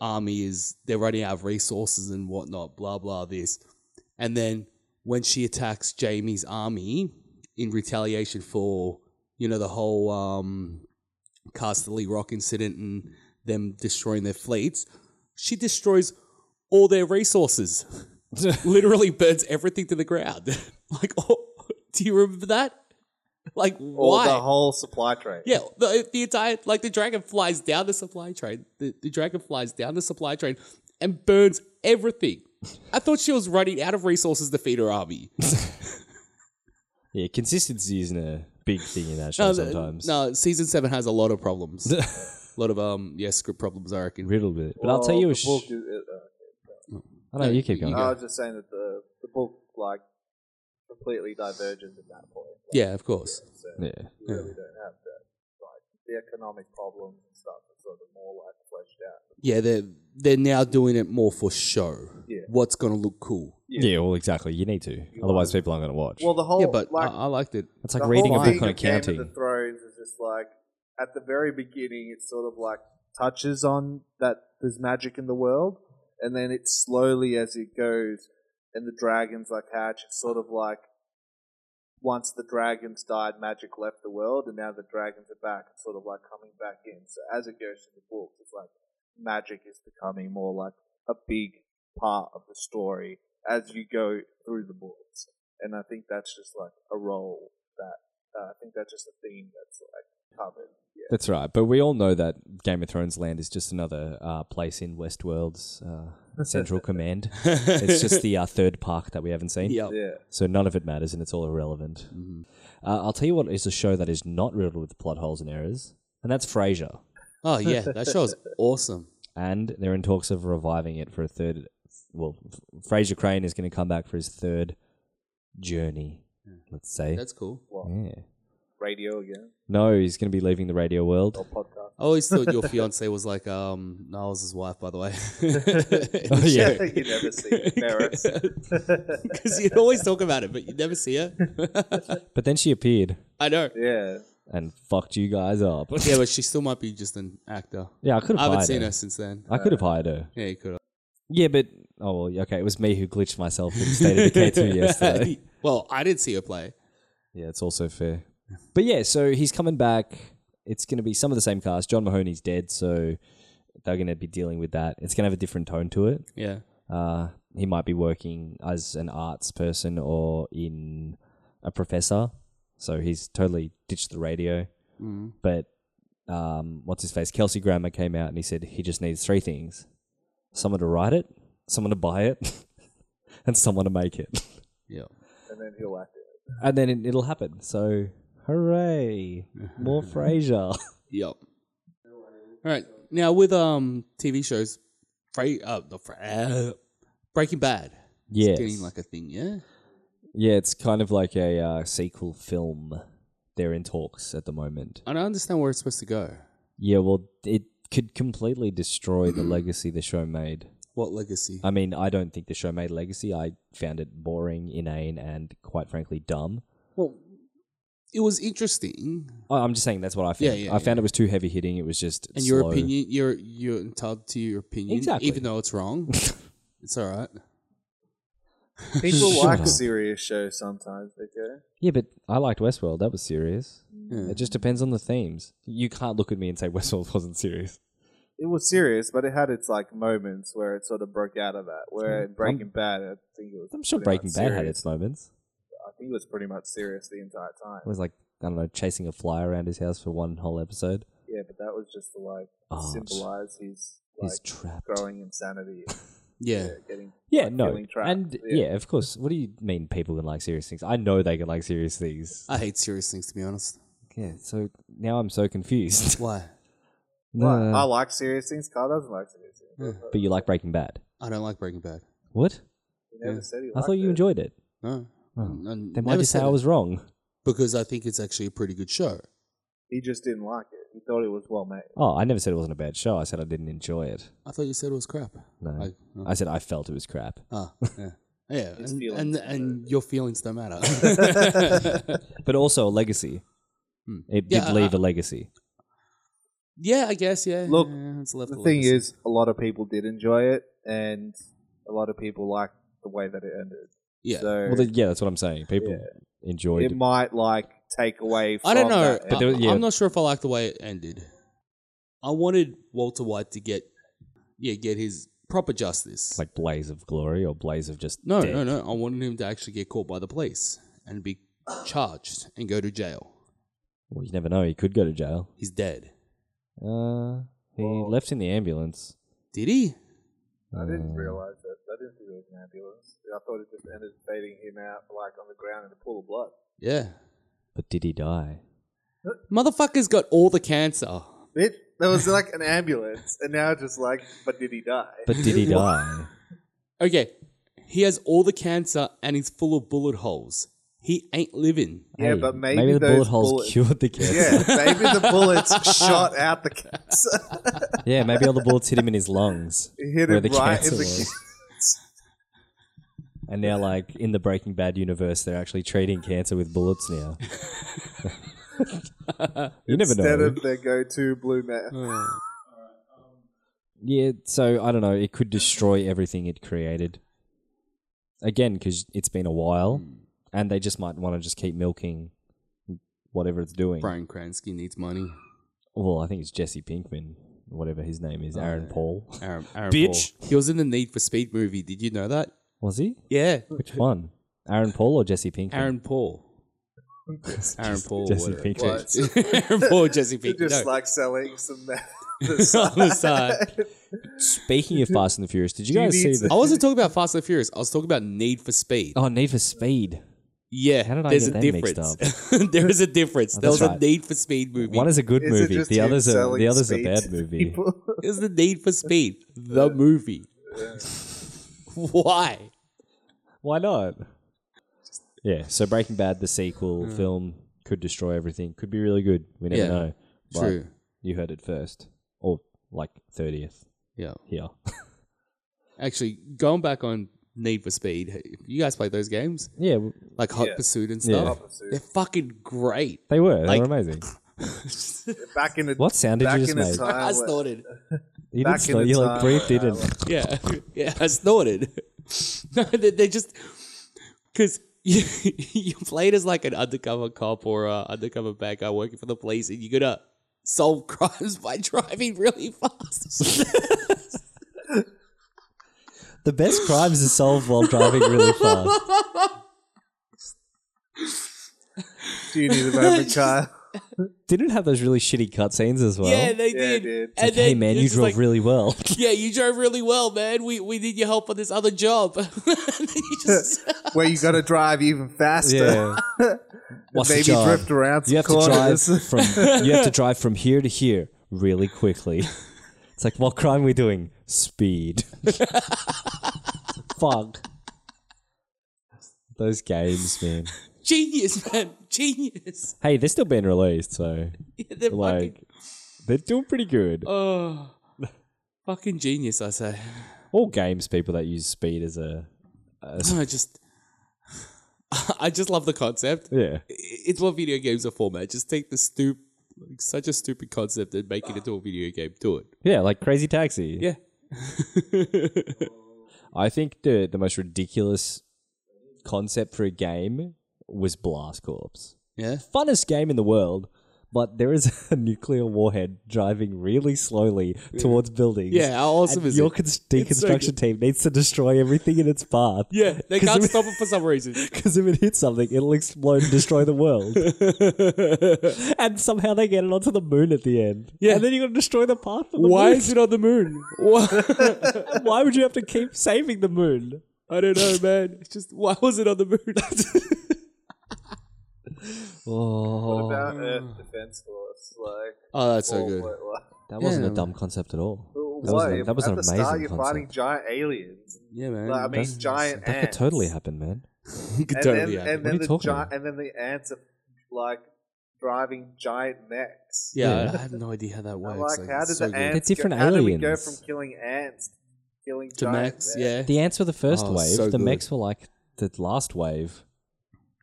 Speaker 2: army is they're running out of resources and whatnot, blah blah this," and then when she attacks Jamie's army in retaliation for you know the whole um, Casterly Rock incident and them destroying their fleets, she destroys all their resources literally burns everything to the ground. like, oh, do you remember that? Like,
Speaker 4: Or
Speaker 2: why?
Speaker 4: the whole supply train.
Speaker 2: yeah, the, the entire like the dragon flies down the supply train. The, the dragon flies down the supply train and burns everything. I thought she was running out of resources to feed her army.
Speaker 3: Yeah, consistency isn't a big thing in that show
Speaker 2: the-
Speaker 3: sometimes.
Speaker 2: no, season seven has a lot of problems. a lot of um, yeah, script problems. I reckon.
Speaker 3: riddled with it. But I'll tell
Speaker 4: Well,
Speaker 3: you a.
Speaker 4: the
Speaker 3: Sh-
Speaker 4: book is- uh, uh,
Speaker 3: I know you keep going.
Speaker 4: I was just saying that the the book like completely diverges at that point. Like,
Speaker 2: Yeah, of course.
Speaker 4: so-
Speaker 3: yeah.
Speaker 4: you really don't have that. Like the economic problems and stuff are sort of more like fleshed out.
Speaker 2: Yeah, they're they're now doing it more for show.
Speaker 4: Yeah.
Speaker 2: What's gonna look cool?
Speaker 3: yeah, Well, exactly. You need to, otherwise people aren't going to watch.
Speaker 4: Well, the whole
Speaker 2: yeah, but
Speaker 4: Oh, like
Speaker 2: I, I liked it.
Speaker 3: it's like
Speaker 4: the
Speaker 3: reading a
Speaker 4: whole
Speaker 3: book
Speaker 4: thing
Speaker 3: on
Speaker 4: of Game of
Speaker 3: accounting.
Speaker 4: the Thrones is just like at the very beginning, it sort of like touches on that there's magic in the world, and then it slowly as it goes, and the dragons like hatch. It's sort of like once the dragons died, magic left the world, and now the dragons are back. It's sort of like coming back in. So as it goes through the books, it's like magic is becoming more like a big part of the story as you go through the books. And I think that's just like a role that uh, I think that's just a theme that's like covered. Yeah.
Speaker 3: That's right. But we all know that Game of Thrones land is just another uh, place in Westworld's uh, central command. It's just the uh, third park that we haven't seen.
Speaker 2: Yeah.
Speaker 4: Yeah. Mm-hmm.
Speaker 3: So none of it matters and it's all irrelevant. Uh, I'll tell you what is a show that is not riddled with plot holes and errors, and that's Frasier.
Speaker 2: Oh yeah, that show's awesome.
Speaker 3: and they're in talks of reviving it for a third. Well, F- Fraser Crane is going to come back for his third journey. Let's say.
Speaker 2: That's cool.
Speaker 3: yeah.
Speaker 4: Radio again
Speaker 3: No, he's going to be leaving the radio world.
Speaker 4: or podcast.
Speaker 2: I always thought your fiance was like um Niles' wife, by the way.
Speaker 3: Oh yeah.
Speaker 4: you never see it. Merritt.
Speaker 2: Because you always talk about it, but you never see her.
Speaker 3: but then she appeared.
Speaker 2: I know.
Speaker 4: Yeah.
Speaker 3: and fucked you guys up.
Speaker 2: Yeah, but she still might be just an actor.
Speaker 3: yeah, I could
Speaker 2: I
Speaker 3: have
Speaker 2: haven't
Speaker 3: hired
Speaker 2: seen
Speaker 3: her.
Speaker 2: her since then.
Speaker 3: I could have hired her.
Speaker 2: Yeah, you could have.
Speaker 3: Yeah, but oh well. yeah, Okay, it was me who glitched myself in State of Decay two yesterday.
Speaker 2: well, I did see her play.
Speaker 3: Yeah, it's also fair. But yeah, so he's coming back. It's going to be some of the same cast. John Mahoney's dead, so they're going to be dealing with that. It's going to have a different tone to it.
Speaker 2: Yeah.
Speaker 3: Uh, he might be working as an arts person or in a professor. So he's totally ditched the radio.
Speaker 2: Mm.
Speaker 3: But um, what's his face? Kelsey Grammer came out and he said he just needs three things someone to write it, someone to buy it, and someone to make it.
Speaker 2: Yeah.
Speaker 4: And then he'll act it.
Speaker 3: And then it, it'll happen. So hooray. More Frasier.
Speaker 2: Yep. All right. Now with um TV shows, Fra- uh, the Fra- uh, Breaking Bad. It's
Speaker 3: Yes.
Speaker 2: Getting like a thing, yeah.
Speaker 3: yeah, it's kind of like a uh, sequel film. They're in talks at the moment.
Speaker 2: I don't understand where it's supposed to go.
Speaker 3: Yeah, well, it could completely destroy the legacy the show made.
Speaker 2: What legacy?
Speaker 3: I mean, I don't think the show made legacy. I found it boring, inane, and quite frankly, dumb.
Speaker 2: well, it was interesting,
Speaker 3: I- I'm just saying that's what I found.
Speaker 2: Yeah, yeah,
Speaker 3: I found it was too heavy hitting. It was just
Speaker 2: and
Speaker 3: slow.
Speaker 2: your opinion, you're you're entitled to your opinion,
Speaker 3: Exactly.
Speaker 2: even though it's wrong. it's all right.
Speaker 4: People
Speaker 3: Shut
Speaker 4: like
Speaker 3: up.
Speaker 4: a serious show sometimes, okay?
Speaker 3: Yeah, but I liked Westworld. That was serious.
Speaker 2: Yeah.
Speaker 3: It just depends on the themes. You can't look at me and say Westworld wasn't serious.
Speaker 4: It was serious, but it had its like moments where it sort of broke out of that. Where in Breaking Bad, I think it was.
Speaker 3: I'm sure
Speaker 4: pretty much
Speaker 3: Breaking Bad had
Speaker 4: serious.
Speaker 3: its moments.
Speaker 4: I think it was pretty much serious the entire time.
Speaker 3: It was like I don't know, chasing a fly around his house for one whole episode.
Speaker 4: Yeah, but that was just to like
Speaker 3: Art.
Speaker 4: symbolize his
Speaker 3: Oh,
Speaker 4: like
Speaker 3: He's trapped.
Speaker 4: growing insanity. and,
Speaker 2: Yeah.
Speaker 4: yeah, getting
Speaker 3: Yeah,
Speaker 4: like,
Speaker 3: no,
Speaker 4: feeling trapped.
Speaker 3: and yeah. of course. What do you mean people can like serious things? I know they can like serious things.
Speaker 2: I hate serious things to be honest.
Speaker 3: yeah, so now I'm so confused.
Speaker 2: Why?
Speaker 3: no,
Speaker 4: Well,
Speaker 3: no, no.
Speaker 4: I like serious things. Carl doesn't like serious things.
Speaker 3: but you like Breaking Bad.
Speaker 2: I don't like Breaking Bad.
Speaker 3: What?
Speaker 4: He never
Speaker 2: Yeah.
Speaker 4: said he
Speaker 3: I
Speaker 4: liked
Speaker 3: thought you
Speaker 4: it.
Speaker 3: enjoyed it.
Speaker 2: No.
Speaker 3: Oh.
Speaker 2: I
Speaker 3: Then why'd
Speaker 2: never
Speaker 3: you say
Speaker 2: said
Speaker 3: I
Speaker 2: it.
Speaker 3: was wrong?
Speaker 2: because I think it's actually a pretty good show.
Speaker 4: He just didn't like it. He thought it was well made.
Speaker 3: Oh, I never said it wasn't a bad show. I said I didn't enjoy it.
Speaker 2: I thought you said it was crap.
Speaker 3: No.
Speaker 2: Like, no.
Speaker 3: Hmm. I said I felt it was crap.
Speaker 2: Ah, yeah. Yeah,
Speaker 4: His
Speaker 2: and,
Speaker 4: feelings
Speaker 2: and,
Speaker 4: don't
Speaker 2: and your feelings don't matter.
Speaker 3: But also a legacy.
Speaker 2: Hmm.
Speaker 3: It
Speaker 2: Yeah,
Speaker 3: did
Speaker 2: I-
Speaker 3: leave a legacy.
Speaker 2: yeah, I guess. Yeah.
Speaker 4: Look,
Speaker 2: yeah, it's left
Speaker 4: The
Speaker 2: a
Speaker 4: thing
Speaker 2: legacy.
Speaker 4: is, a lot of people did enjoy it, and a lot of people liked the way that it ended.
Speaker 2: yeah.
Speaker 4: So
Speaker 3: Well, th- yeah, that's what I'm saying. People enjoyed
Speaker 4: it
Speaker 3: it.
Speaker 4: might like take away. From
Speaker 2: I don't know.
Speaker 4: that
Speaker 2: But
Speaker 3: But there was- yeah.
Speaker 2: I'm not sure if I like the way it ended. I wanted Walter White to get, yeah, get his proper justice.
Speaker 3: Like Blaze of Glory or Blaze of just
Speaker 2: no,
Speaker 3: death.
Speaker 2: no, no. I wanted him to actually get caught by the police and be charged and go to jail.
Speaker 3: Well, you never know. He could go to jail.
Speaker 2: He's dead.
Speaker 3: Uh, he left in the ambulance.
Speaker 2: Did he?
Speaker 4: I didn't realize that. I didn't think it was an ambulance. I thought it just ended fading him out like on the ground in a pool of blood.
Speaker 2: Yeah.
Speaker 3: But did he die?
Speaker 2: Motherfucker's got all the cancer.
Speaker 4: It there was like an ambulance, and now it's just like, but did he die?
Speaker 3: But did he die?
Speaker 2: Okay, he has all the cancer and he's full of bullet holes. He ain't living.
Speaker 4: yeah, but maybe,
Speaker 3: the
Speaker 4: those
Speaker 3: bullet holes
Speaker 4: bullets-
Speaker 3: cured the cancer.
Speaker 4: Yeah, maybe the bullets shot out the cancer.
Speaker 3: Yeah, maybe all the bullets hit him in his lungs,
Speaker 4: It hit
Speaker 3: where
Speaker 4: him
Speaker 3: the
Speaker 4: right
Speaker 3: cancer
Speaker 4: in the
Speaker 3: was. And now, like in the Breaking Bad universe, they're actually treating cancer with bullets now. you never
Speaker 4: instead
Speaker 3: know.
Speaker 4: of their go-to blue
Speaker 2: Uh,
Speaker 4: man.
Speaker 3: yeah, so I don't know. It could destroy everything it created. Again, because it's been a while,
Speaker 4: Hmm.
Speaker 3: and they just might want to just keep milking whatever it's doing.
Speaker 2: Brian Kransky needs money.
Speaker 3: Well, I think it's Jesse Pinkman, whatever his name
Speaker 4: Oh,
Speaker 3: is, Aaron Paul.
Speaker 2: Aaron, Aaron
Speaker 3: Bitch.
Speaker 2: Paul. He was in the Need for Speed movie. Did you know that?
Speaker 3: Was he?
Speaker 2: Yeah.
Speaker 3: Which one? Aaron Paul or Jesse Pinkman?
Speaker 2: Aaron Paul. Aaron Paul.
Speaker 3: Jesse
Speaker 2: whatever.
Speaker 3: Pinkman.
Speaker 2: Aaron Paul, Jesse
Speaker 4: They're
Speaker 2: Pinkman.
Speaker 4: just
Speaker 2: No.
Speaker 4: like selling some meth.
Speaker 2: on the side.
Speaker 3: Speaking of Fast and the Furious, did you
Speaker 4: Do you
Speaker 3: guys see
Speaker 4: need
Speaker 3: the?
Speaker 2: I wasn't talking about Fast and Furious. I was talking about Need for Speed.
Speaker 3: Oh, Need for Speed.
Speaker 2: yeah,
Speaker 3: How did I
Speaker 2: there's
Speaker 3: get
Speaker 2: a
Speaker 3: them mixed
Speaker 2: difference. there is a difference.
Speaker 3: Oh,
Speaker 2: there was
Speaker 3: that's
Speaker 2: a
Speaker 3: right.
Speaker 2: Need for Speed movie.
Speaker 3: One is a good
Speaker 4: Is it
Speaker 3: movie.
Speaker 4: just
Speaker 3: The
Speaker 4: him
Speaker 3: others are
Speaker 4: selling
Speaker 3: the others a
Speaker 4: speed to
Speaker 3: bad movie.
Speaker 4: people?
Speaker 2: It was the Need for Speed, the movie. Why?
Speaker 3: Why not? Yeah. So Breaking Bad, the sequel film, could destroy everything. Could be really good. We never
Speaker 2: Hmm. Yeah,
Speaker 3: know. But
Speaker 2: True.
Speaker 3: You heard it first, or like thirtieth
Speaker 2: Yeah.
Speaker 3: here.
Speaker 2: Actually, going back on Need for Speed. You guys played those games?
Speaker 3: Yeah, w-
Speaker 2: Like Hot
Speaker 4: Yeah.
Speaker 2: Pursuit and
Speaker 3: Yeah.
Speaker 2: stuff?
Speaker 4: Hot Pursuit.
Speaker 2: They're fucking great.
Speaker 3: they were. They
Speaker 2: Like-
Speaker 3: were amazing.
Speaker 4: Back in the
Speaker 3: What sound did
Speaker 4: back
Speaker 3: you just
Speaker 4: in the
Speaker 3: make?
Speaker 4: time
Speaker 2: I
Speaker 4: where-
Speaker 2: snorted.
Speaker 3: You didn't
Speaker 4: Back in
Speaker 3: snort,
Speaker 4: the
Speaker 3: you
Speaker 4: time
Speaker 3: like breathed in and
Speaker 2: Yeah, yeah, I snorted. no, they, they just because you, you played as like an undercover cop or a undercover bad guy working for the police, and you gotta solve crimes by driving really fast.
Speaker 3: the best crimes are solved while driving really fast.
Speaker 4: Do you need a moment, Kyle?
Speaker 3: Didn't have those really shitty cutscenes as well.
Speaker 2: yeah, they
Speaker 4: Yeah, it
Speaker 2: did.
Speaker 4: did.
Speaker 2: And
Speaker 3: hey man,
Speaker 2: it's
Speaker 3: you
Speaker 2: just
Speaker 3: drove
Speaker 2: like,
Speaker 3: really well.
Speaker 2: Yeah, you drove really well, man. We we need your help on this other job. and then you just
Speaker 4: Where you got to drive even faster.
Speaker 3: yeah. What's
Speaker 4: Maybe
Speaker 3: the job?
Speaker 4: drift around some
Speaker 3: you have
Speaker 4: corners.
Speaker 3: to drive from you have to drive from here to here really quickly. It's like what crime are we doing? Speed. Fuck. Those games, man.
Speaker 2: genius, man, genius.
Speaker 3: Hey, they're still being released, so
Speaker 2: Yeah, they're
Speaker 3: like
Speaker 2: fucking
Speaker 3: they're doing pretty good.
Speaker 2: oh, fucking genius, I say.
Speaker 3: All games people that use speed as a
Speaker 2: I just, I just love the concept.
Speaker 3: yeah.
Speaker 2: It's what video games are for, man. Just take the stoop, like, such a stupid concept and make it into a video game. Do it.
Speaker 3: Yeah, like Crazy Taxi.
Speaker 2: Yeah.
Speaker 3: I think the the most ridiculous concept for a game was Blast Corps.
Speaker 2: Yeah.
Speaker 3: Funnest game in the world, but there is a nuclear warhead driving really slowly towards buildings.
Speaker 2: Yeah. How awesome
Speaker 3: and
Speaker 2: is
Speaker 3: your
Speaker 2: it?
Speaker 3: cons-
Speaker 2: It's so
Speaker 3: deconstruction
Speaker 2: good.
Speaker 3: team needs to destroy everything in its path.
Speaker 2: Yeah. They
Speaker 3: 'Cause
Speaker 2: can't
Speaker 3: it-
Speaker 2: stop it for some reason.
Speaker 3: Because if it hits something, it'll explode and destroy the world. and somehow they get it onto the moon at the end.
Speaker 2: Yeah.
Speaker 3: And then you're going to destroy the path of the
Speaker 2: Why
Speaker 3: moon.
Speaker 2: is it on the moon? Why?
Speaker 3: Why would you have to keep saving the moon?
Speaker 2: I don't know, man. It's just why was it on the moon?
Speaker 3: Oh.
Speaker 4: What about Earth Defense Force? Like,
Speaker 2: oh, that's Oh. so
Speaker 4: or
Speaker 2: good.
Speaker 4: What, what?
Speaker 3: That wasn't
Speaker 2: Yeah.
Speaker 3: a dumb concept at all. That was,
Speaker 4: Why?
Speaker 3: an, that was
Speaker 4: At
Speaker 3: an
Speaker 4: the
Speaker 3: amazing
Speaker 4: start, you're
Speaker 3: concept.
Speaker 4: fighting giant aliens.
Speaker 2: Yeah, man.
Speaker 4: Like, I mean,
Speaker 3: That's-
Speaker 4: giant
Speaker 3: that could
Speaker 4: ants.
Speaker 3: totally happen, man.
Speaker 2: Could
Speaker 4: And
Speaker 2: totally
Speaker 4: then,
Speaker 3: What
Speaker 2: happen.
Speaker 4: and
Speaker 3: are
Speaker 4: then
Speaker 3: you
Speaker 4: the
Speaker 3: talking
Speaker 4: giant,
Speaker 3: about?
Speaker 4: and then the ants are like driving giant necks.
Speaker 2: yeah,
Speaker 3: yeah.
Speaker 2: I have no idea how that
Speaker 4: I'm
Speaker 2: works.
Speaker 4: like,
Speaker 2: Like,
Speaker 4: how
Speaker 2: it's
Speaker 4: did
Speaker 2: so
Speaker 4: the
Speaker 2: good.
Speaker 4: ants?
Speaker 3: They're different
Speaker 4: go, How did we go
Speaker 3: aliens.
Speaker 4: from killing ants to killing
Speaker 2: to
Speaker 4: giant
Speaker 2: Max?
Speaker 4: necks?
Speaker 2: Yeah.
Speaker 3: The ants were the first
Speaker 2: Oh,
Speaker 3: wave.
Speaker 2: so
Speaker 3: the
Speaker 2: good.
Speaker 3: mechs were like the last wave.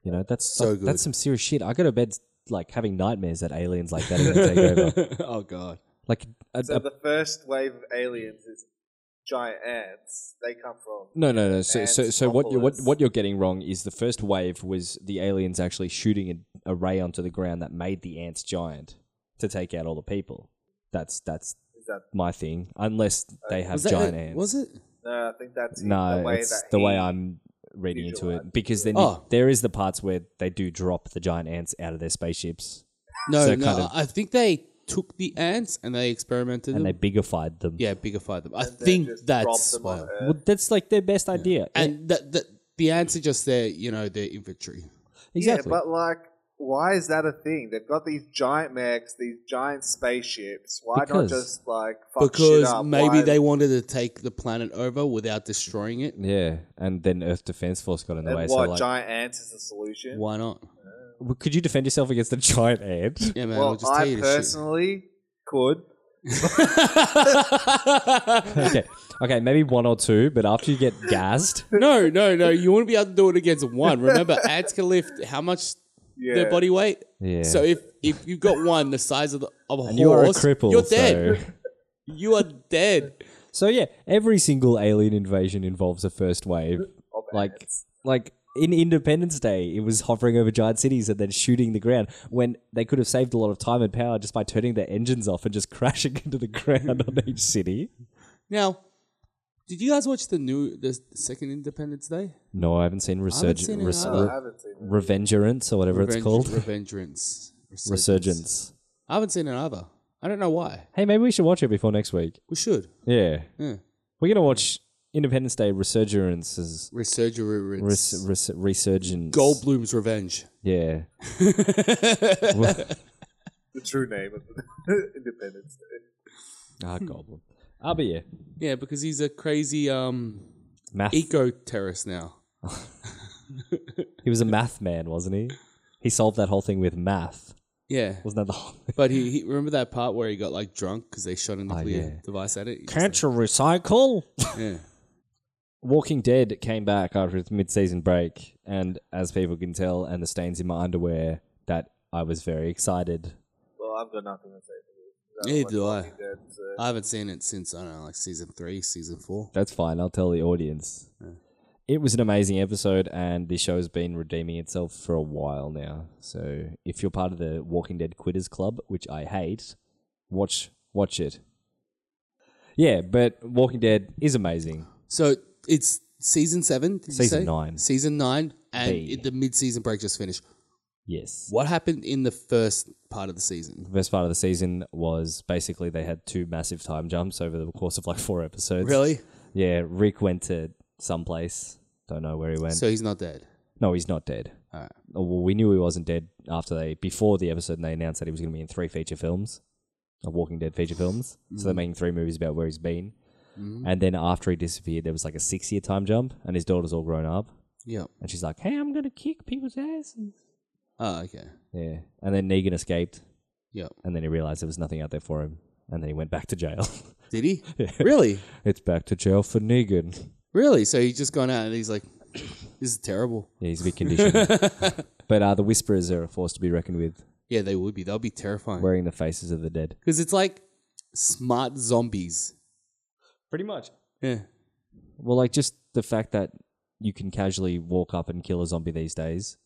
Speaker 3: You know, that's
Speaker 2: So
Speaker 3: that-
Speaker 2: good.
Speaker 3: That's some serious shit. I go to bed like having nightmares that aliens like that are going to take over.
Speaker 2: oh god.
Speaker 3: Like, a,
Speaker 4: So
Speaker 3: a-
Speaker 4: the first wave of aliens is giant ants. They come from
Speaker 3: no, no, no. So, so, so what you what
Speaker 4: Antsopolis.
Speaker 3: what you're getting wrong is the first wave was the aliens actually shooting a, a ray onto the ground that made the ants giant to take out all the people. That's that's
Speaker 4: Is that
Speaker 3: my thing. Unless they have
Speaker 2: Was that
Speaker 3: giant
Speaker 2: it?
Speaker 3: ants.
Speaker 2: Was it?
Speaker 4: no? I think that's
Speaker 3: No,
Speaker 4: the way
Speaker 3: it's
Speaker 4: that
Speaker 3: the
Speaker 4: he-
Speaker 3: way I'm reading into
Speaker 4: visualized
Speaker 3: it because then
Speaker 2: Oh.
Speaker 3: you- there is the parts where they do drop the giant ants out of their spaceships
Speaker 2: No,
Speaker 3: So
Speaker 2: no.
Speaker 3: kind of-
Speaker 2: I I think they took the ants and they experimented
Speaker 3: and they
Speaker 2: them.
Speaker 4: Mm-hmm.
Speaker 3: bigified them.
Speaker 2: yeah, bigified them. I
Speaker 4: they
Speaker 2: think
Speaker 4: just drop
Speaker 2: that's
Speaker 4: them on
Speaker 2: why.
Speaker 4: Earth.
Speaker 3: Well, that's like their best idea. Yeah,
Speaker 2: And that the, the ants are just their, you know, their infantry.
Speaker 3: exactly.
Speaker 4: Yeah, but like, why is that a thing? They've got these giant mechs, these giant spaceships. Why
Speaker 3: Because-
Speaker 4: not just like fuck shit
Speaker 2: Because
Speaker 4: up?
Speaker 2: maybe
Speaker 4: Why-
Speaker 2: they wanted to take the planet over without destroying it.
Speaker 3: yeah, and then Earth Defense Force got in the
Speaker 4: and
Speaker 3: way.
Speaker 4: what
Speaker 3: So like,
Speaker 4: giant ants is the solution?
Speaker 2: Why not?
Speaker 3: well, could you defend yourself against a giant ant?
Speaker 2: Yeah, man. I'll
Speaker 4: well,
Speaker 2: just tell
Speaker 4: I
Speaker 2: you this shit.
Speaker 4: personally could.
Speaker 3: okay, okay, maybe one or two, but after you get gassed,
Speaker 2: No, no, no. You wouldn't be able to do it against one. Remember, ants can lift how much
Speaker 4: Yeah.
Speaker 2: their body weight?
Speaker 3: yeah.
Speaker 2: So if if you've got one the size of, the, of a
Speaker 3: and
Speaker 2: horse,
Speaker 3: you are a cripple.
Speaker 2: you're dead.
Speaker 3: So.
Speaker 2: You are dead.
Speaker 3: So yeah, every single alien invasion involves a first wave. Like like in Independence Day, it was hovering over giant cities and then shooting the ground when they could have saved a lot of time and power just by turning their engines off and just crashing into the ground on each city.
Speaker 2: Now, did you guys watch the new the second Independence Day?
Speaker 3: No, I haven't seen Resurgence,
Speaker 2: seen it
Speaker 3: res-
Speaker 2: either.
Speaker 4: I haven't seen it.
Speaker 3: re- Revengerance or whatever it's called,
Speaker 2: Revengeance. Resurgence.
Speaker 3: Resurgence.
Speaker 2: I haven't seen it either. I don't know why.
Speaker 3: Hey, maybe we should watch it before next week.
Speaker 2: We should.
Speaker 3: Yeah,
Speaker 2: Yeah.
Speaker 3: we're gonna watch Independence Day Resurgence's
Speaker 2: Resurgence.
Speaker 3: res- res- Resurgence.
Speaker 2: Goldblum's Revenge.
Speaker 3: Yeah.
Speaker 4: The true name of the Independence Day.
Speaker 3: Ah, Goldblum. Ah, but yeah,
Speaker 2: Yeah, because he's a crazy um
Speaker 3: math.
Speaker 2: eco terrorist now.
Speaker 3: He was a math man, wasn't he? He solved that whole thing with math.
Speaker 2: Yeah.
Speaker 3: Wasn't that the whole thing?
Speaker 2: But he, he remember that part where he got like drunk because they shot a nuclear
Speaker 3: Oh, yeah.
Speaker 2: device at it. He just,
Speaker 3: Can't you recycle?
Speaker 2: like, yeah.
Speaker 3: Walking Dead came back after its mid-season break, and as people can tell, and the stains in my underwear, that I was very excited.
Speaker 4: Well, I've got nothing to say for this.
Speaker 2: Neither do I.
Speaker 4: Walking Dead, so-
Speaker 2: I haven't seen it since I don't know, like season three, season four.
Speaker 3: That's fine. I'll tell the audience.
Speaker 2: Yeah.
Speaker 3: It was an amazing episode, and the show's been redeeming itself for a while now. So, if you're part of the Walking Dead Quitters Club, which I hate, watch watch it. Yeah, but Walking Dead is amazing.
Speaker 2: So it's season seven. Did
Speaker 3: Season
Speaker 2: you say?
Speaker 3: nine.
Speaker 2: Season nine, and
Speaker 3: B.
Speaker 2: it, the mid-season break just finished.
Speaker 3: Yes.
Speaker 2: What happened in the first part of the season?
Speaker 3: The best part of the season was basically they had two massive time jumps over the course of like four episodes.
Speaker 2: Really?
Speaker 3: Yeah, Rick went to someplace. Don't know where he went.
Speaker 2: So he's not dead.
Speaker 3: no, he's not dead.
Speaker 2: All right.
Speaker 3: Oh, well, we knew he wasn't dead after they before the episode, and they announced that he was going to be in three feature films, of Walking Dead feature films. So they're making three movies about where he's been. And then after he disappeared, there was like a six year time jump, and his daughter's all grown up,
Speaker 2: Yep.
Speaker 3: and she's like, "Hey, I'm going to kick people's asses."
Speaker 2: Oh, okay.
Speaker 3: Yeah. And then Negan escaped,
Speaker 2: Yep.
Speaker 3: and then he realized there was nothing out there for him, and then he went back to jail.
Speaker 2: Did he?
Speaker 3: Yeah.
Speaker 2: Really?
Speaker 3: it's back to jail for Negan.
Speaker 2: Really? So he's just gone out and he's like, this is terrible.
Speaker 3: Yeah, he's a bit conditioned. but uh, the Whisperers are a force to be reckoned with,
Speaker 2: Yeah, they would be. That would be terrifying.
Speaker 3: wearing the faces of the dead.
Speaker 2: Because it's like smart zombies.
Speaker 3: Pretty much.
Speaker 2: Yeah.
Speaker 3: Well, like just the fact that you can casually walk up and kill a zombie these days.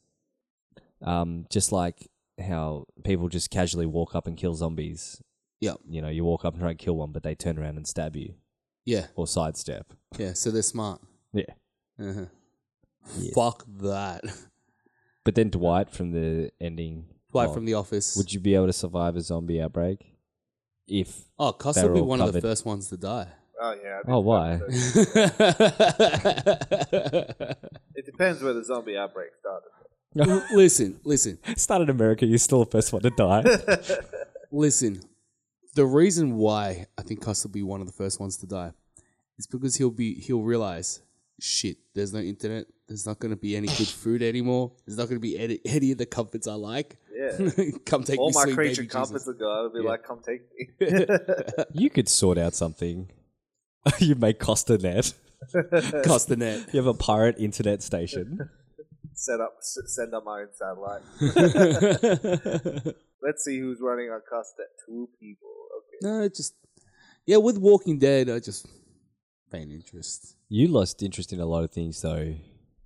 Speaker 3: Um, just like how people just casually walk up and kill zombies.
Speaker 2: Yep.
Speaker 3: You know, you walk up and try and kill one, but they turn around and stab you
Speaker 2: Yeah.
Speaker 3: or sidestep.
Speaker 2: Yeah. So they're smart.
Speaker 3: Yeah.
Speaker 2: Uh-huh.
Speaker 3: Yeah.
Speaker 2: Fuck that.
Speaker 3: But then Dwight from the ending.
Speaker 2: Right
Speaker 3: of-
Speaker 2: from the office.
Speaker 3: Would you be able to survive a zombie outbreak? If
Speaker 2: oh, Costa
Speaker 3: They're
Speaker 2: would be
Speaker 3: all
Speaker 2: one of the
Speaker 3: covered.
Speaker 2: first ones to die.
Speaker 4: Oh yeah. I think
Speaker 3: oh why?
Speaker 4: so. It depends where the zombie outbreak started.
Speaker 2: listen, listen,
Speaker 3: Start in America, you're still the first one to die.
Speaker 2: listen. The reason why I think Costa will be one of the first ones to die is because he'll be he'll realize shit. There's no internet. There's not going to be any good food anymore. There's not going to be any, any of the comforts I like.
Speaker 4: Yeah.
Speaker 2: Come take
Speaker 4: All
Speaker 2: me,
Speaker 4: my
Speaker 2: sweet
Speaker 4: creature
Speaker 2: baby
Speaker 4: comforts
Speaker 2: Jesus.
Speaker 4: are gone. It'll be like, come take me.
Speaker 3: you could sort out something. you make Costa net.
Speaker 2: Costa net.
Speaker 3: You have a pirate internet station.
Speaker 4: Set up, s- send up my own satellite. Let's see who's running on Costa. Two people. Okay.
Speaker 2: No, it just yeah. With Walking Dead, I just faint interest.
Speaker 3: You lost interest in a lot of things, though.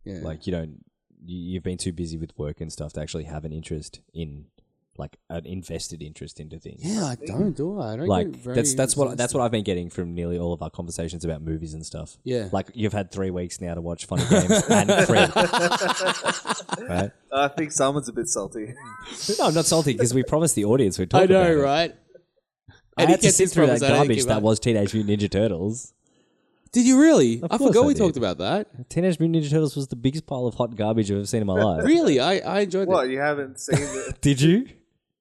Speaker 2: Yeah,
Speaker 3: Like you don't, you, you've been too busy with work and stuff to actually have an interest in, like, an invested interest into things.
Speaker 2: yeah, I don't do I. I don't
Speaker 3: Like
Speaker 2: get very
Speaker 3: that's that's what that's
Speaker 2: exhausted.
Speaker 3: what I've been getting from nearly all of our conversations about movies and stuff.
Speaker 2: Yeah.
Speaker 3: Like you've had three weeks now to watch Funny Games and Creed. right?
Speaker 4: I think someone's a bit salty.
Speaker 3: No, I'm not salty because we promised the audience we'd talk
Speaker 2: I know,
Speaker 3: about it.
Speaker 2: right?
Speaker 3: I
Speaker 2: And he
Speaker 3: had to
Speaker 2: kept
Speaker 3: sit
Speaker 2: his
Speaker 3: through that
Speaker 2: promise, I didn't
Speaker 3: garbage
Speaker 2: give
Speaker 3: that
Speaker 2: up.
Speaker 3: was Teenage Mutant Ninja Turtles.
Speaker 2: Did you really?
Speaker 3: Of
Speaker 2: I
Speaker 3: course
Speaker 2: forgot
Speaker 3: I
Speaker 2: we
Speaker 3: did.
Speaker 2: talked about that.
Speaker 3: Teenage Mutant Ninja Turtles was the biggest pile of hot garbage I've ever seen in my life.
Speaker 2: Really, I, I enjoyed
Speaker 4: what
Speaker 2: it.
Speaker 4: you haven't seen? The,
Speaker 3: Did you?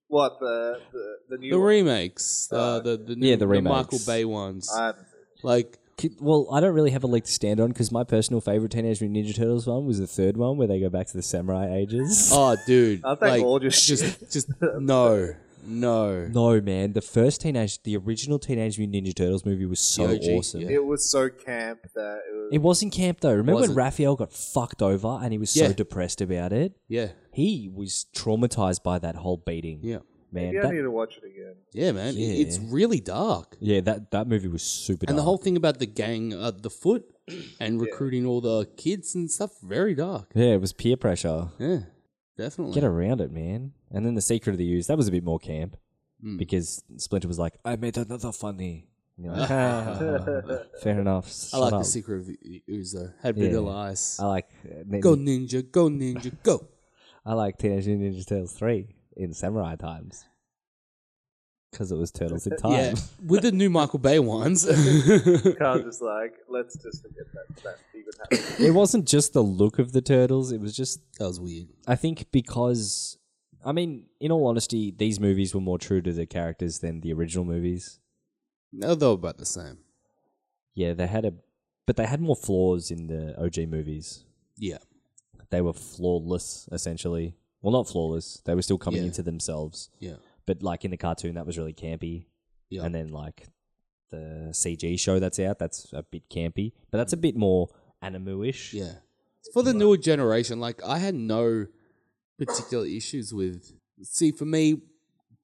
Speaker 4: what the the, the new?
Speaker 2: The
Speaker 4: one?
Speaker 2: remakes, uh, the the new,
Speaker 3: Yeah, the remakes.
Speaker 2: Michael Bay ones.
Speaker 4: I haven't seen. it.
Speaker 2: like,
Speaker 3: Ki- Well, I don't really have a leg to stand on because my personal favorite Teenage Mutant Ninja Turtles one was the third one where they go back to the samurai ages.
Speaker 2: oh, dude,
Speaker 4: I'll take
Speaker 2: like,
Speaker 4: all your shit.
Speaker 2: just just no, no.
Speaker 3: No, man, the first teenage, the original Teenage Mutant Ninja Turtles movie was so
Speaker 2: The OG,
Speaker 3: awesome.
Speaker 2: yeah.
Speaker 4: It was so camp that it was.
Speaker 3: It wasn't camp though. Remember
Speaker 2: Wasn't.
Speaker 3: when Raphael got fucked over and he was
Speaker 2: Yeah.
Speaker 3: so depressed about it?
Speaker 2: Yeah,
Speaker 3: He was traumatized by that whole beating.
Speaker 2: yeah,
Speaker 3: man,
Speaker 4: you
Speaker 3: that,
Speaker 4: don't need to watch it again.
Speaker 2: yeah, man. it-
Speaker 3: Yeah.
Speaker 2: It's really dark.
Speaker 3: yeah, that that movie was super.
Speaker 2: And the
Speaker 3: dark.
Speaker 2: whole thing about the gang, uh, the foot, and recruiting all the kids and stuff, very dark.
Speaker 3: yeah, it was peer pressure.
Speaker 2: Yeah, definitely.
Speaker 3: Get around it, man. And then the Secret of the Use that was a bit more camp
Speaker 2: Hmm.
Speaker 3: because Splinter was like, "I made another funny." And you're like, "Ah, fair enough.
Speaker 2: I
Speaker 3: shut
Speaker 2: like the
Speaker 3: up."
Speaker 2: secret of U- Uzo. Had
Speaker 3: Yeah.
Speaker 2: vanilla ice.
Speaker 3: I like uh, Nin-
Speaker 2: Go ninja, go ninja, go.
Speaker 3: I like Teenage Mutant Ninja Turtles three in samurai times because it was turtles in time.
Speaker 2: Yeah, with the new Michael Bay ones.
Speaker 4: Carl's just like, let's just forget that that even happened.
Speaker 3: it wasn't just the look of the turtles; it was just
Speaker 2: That was weird.
Speaker 3: I think because I mean, in all honesty, these movies were more true to the characters than the original movies.
Speaker 2: No, they were about the same.
Speaker 3: Yeah, they had a but they had more flaws in the OG movies.
Speaker 2: Yeah.
Speaker 3: They were flawless essentially. Well, not flawless. They were still coming
Speaker 2: Yeah.
Speaker 3: into themselves.
Speaker 2: Yeah.
Speaker 3: But like in the cartoon that was really campy.
Speaker 2: Yeah.
Speaker 3: And then like the CG show that's out, that's a bit campy, but that's a bit more animu-ish.
Speaker 2: Yeah. For the newer generation, like I had no particular issues with. See, for me,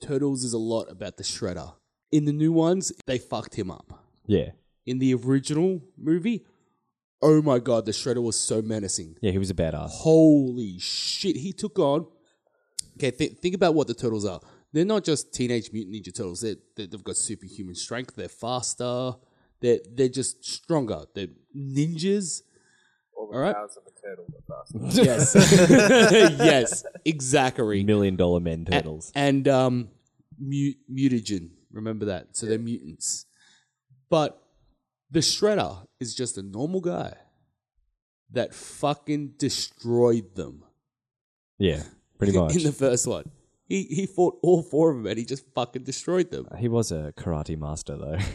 Speaker 2: Turtles is a lot about the Shredder. In the new ones, they fucked him up.
Speaker 3: yeah,
Speaker 2: In the original movie, oh my god, the Shredder was so menacing.
Speaker 3: yeah. He was a badass.
Speaker 2: Holy shit, he took on. Okay, th- think about what the turtles are. They're not just teenage mutant ninja turtles. They're, they they've got superhuman strength. They're faster. They're they're just stronger. They're ninjas.
Speaker 4: All the
Speaker 2: All right.
Speaker 4: powers of a turtle but faster.
Speaker 2: Yes, yes, exactly.
Speaker 3: Million dollar men turtles.
Speaker 2: and um, mu- mutagen. Remember that. So they're mutants. But the Shredder is just a normal guy that fucking destroyed them.
Speaker 3: yeah, pretty much.
Speaker 2: in the first one. He he fought all four of them and he just fucking destroyed them.
Speaker 3: he was a karate master though.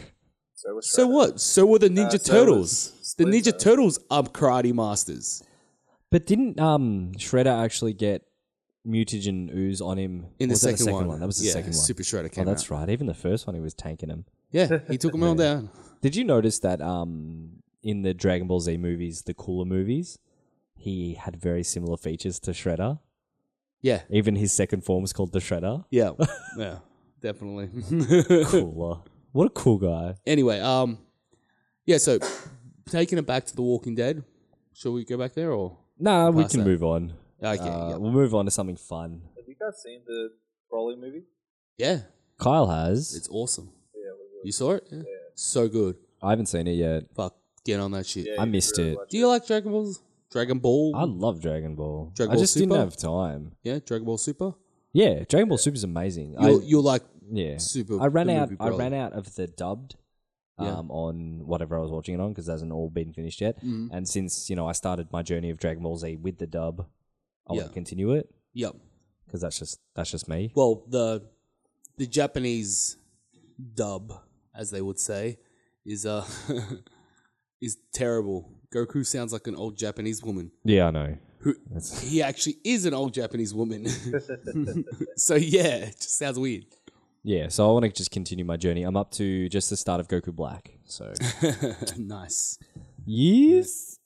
Speaker 4: So, was
Speaker 2: So
Speaker 4: Shredder.
Speaker 2: what? So were the Ninja
Speaker 4: so
Speaker 2: Turtles.
Speaker 4: was
Speaker 2: the Ninja
Speaker 4: Splinter.
Speaker 2: Turtles are karate masters
Speaker 3: But didn't um Shredder actually get mutagen ooze on him
Speaker 2: in the
Speaker 3: Was that
Speaker 2: second, one.
Speaker 3: That was the
Speaker 2: yeah,
Speaker 3: second one.
Speaker 2: Super Shredder
Speaker 3: oh,
Speaker 2: came
Speaker 3: that's
Speaker 2: out.
Speaker 3: right. Even the first one, he was tanking him.
Speaker 2: Yeah, he took them all down.
Speaker 3: Did you notice that um in the Dragon Ball Z movies, the cooler movies, he had very similar features to Shredder.
Speaker 2: Yeah,
Speaker 3: Even his second form was called the Shredder.
Speaker 2: yeah, yeah, definitely.
Speaker 3: Cooler. what a cool guy.
Speaker 2: anyway, um, yeah. So taking it back to The Walking Dead, shall we go back there or?
Speaker 3: Nah, we
Speaker 2: Pass
Speaker 3: can
Speaker 2: that.
Speaker 3: move on.
Speaker 2: Okay,
Speaker 3: Uh,
Speaker 2: yeah.
Speaker 3: We'll move on to something fun.
Speaker 4: Have you guys seen the Broly movie?
Speaker 2: yeah,
Speaker 3: Kyle has.
Speaker 2: it's awesome.
Speaker 4: Yeah, we were-
Speaker 2: You saw it? Yeah. So good.
Speaker 3: I haven't seen it yet.
Speaker 2: Fuck, get on that shit.
Speaker 4: yeah,
Speaker 3: I
Speaker 4: you
Speaker 3: missed
Speaker 4: really
Speaker 3: it.
Speaker 4: watched
Speaker 2: Do you like Dragon Balls? Dragon Ball?
Speaker 3: I love Dragon Ball.
Speaker 2: Dragon
Speaker 3: I
Speaker 2: Ball
Speaker 3: just didn't
Speaker 2: Super?
Speaker 3: have time.
Speaker 2: Yeah, Dragon Ball Super.
Speaker 3: Yeah, Dragon Ball Super's amazing. I-
Speaker 2: You're, you're like,
Speaker 3: Yeah.
Speaker 2: Super-
Speaker 3: I ran
Speaker 2: the
Speaker 3: out.
Speaker 2: movie
Speaker 3: I ran
Speaker 2: Broly.
Speaker 3: out of the dubbed.
Speaker 2: Yeah.
Speaker 3: Um, on whatever I was watching it on because it hasn't all been finished yet.
Speaker 2: Mm-hmm.
Speaker 3: And since you know I started my journey of Dragon Ball Z with the dub, I want
Speaker 2: Yeah.
Speaker 3: to continue it
Speaker 2: yep.
Speaker 3: because that's just that's just me.
Speaker 2: Well, the the Japanese dub, as they would say, is uh is terrible. Goku sounds like an old Japanese woman.
Speaker 3: Yeah, I know.
Speaker 2: Who he actually is an old Japanese woman. so yeah, it just sounds weird.
Speaker 3: Yeah, so I want to just continue my journey. I'm up to just the start of Goku Black. So
Speaker 2: nice.
Speaker 3: yes,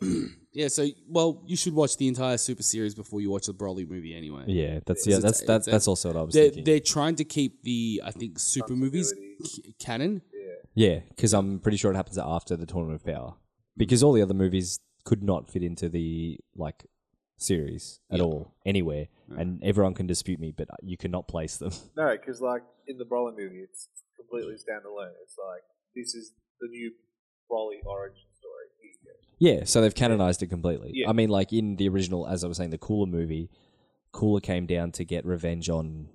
Speaker 2: Yeah. So well, you should watch the entire Super series before you watch the Broly movie anyway.
Speaker 3: yeah, that's yeah,
Speaker 2: It's-
Speaker 3: that's
Speaker 2: it's-
Speaker 3: that's that's also what I was
Speaker 2: They're,
Speaker 3: thinking.
Speaker 2: they're trying to keep the I think super movies c- canon.
Speaker 3: Yeah, because I'm pretty sure it happens after the Tournament of Power, because all the other movies could not fit into the like series at all anywhere, and everyone can dispute me, but you cannot place them.
Speaker 4: it. No, because like in the Broly movie, it's completely standalone. It's like this is the new Broly origin story. Here you go.
Speaker 3: yeah, so they've canonized it completely.
Speaker 4: Yeah.
Speaker 3: I mean, like in the original, as I was saying, the Cooler movie, Cooler came down to get revenge on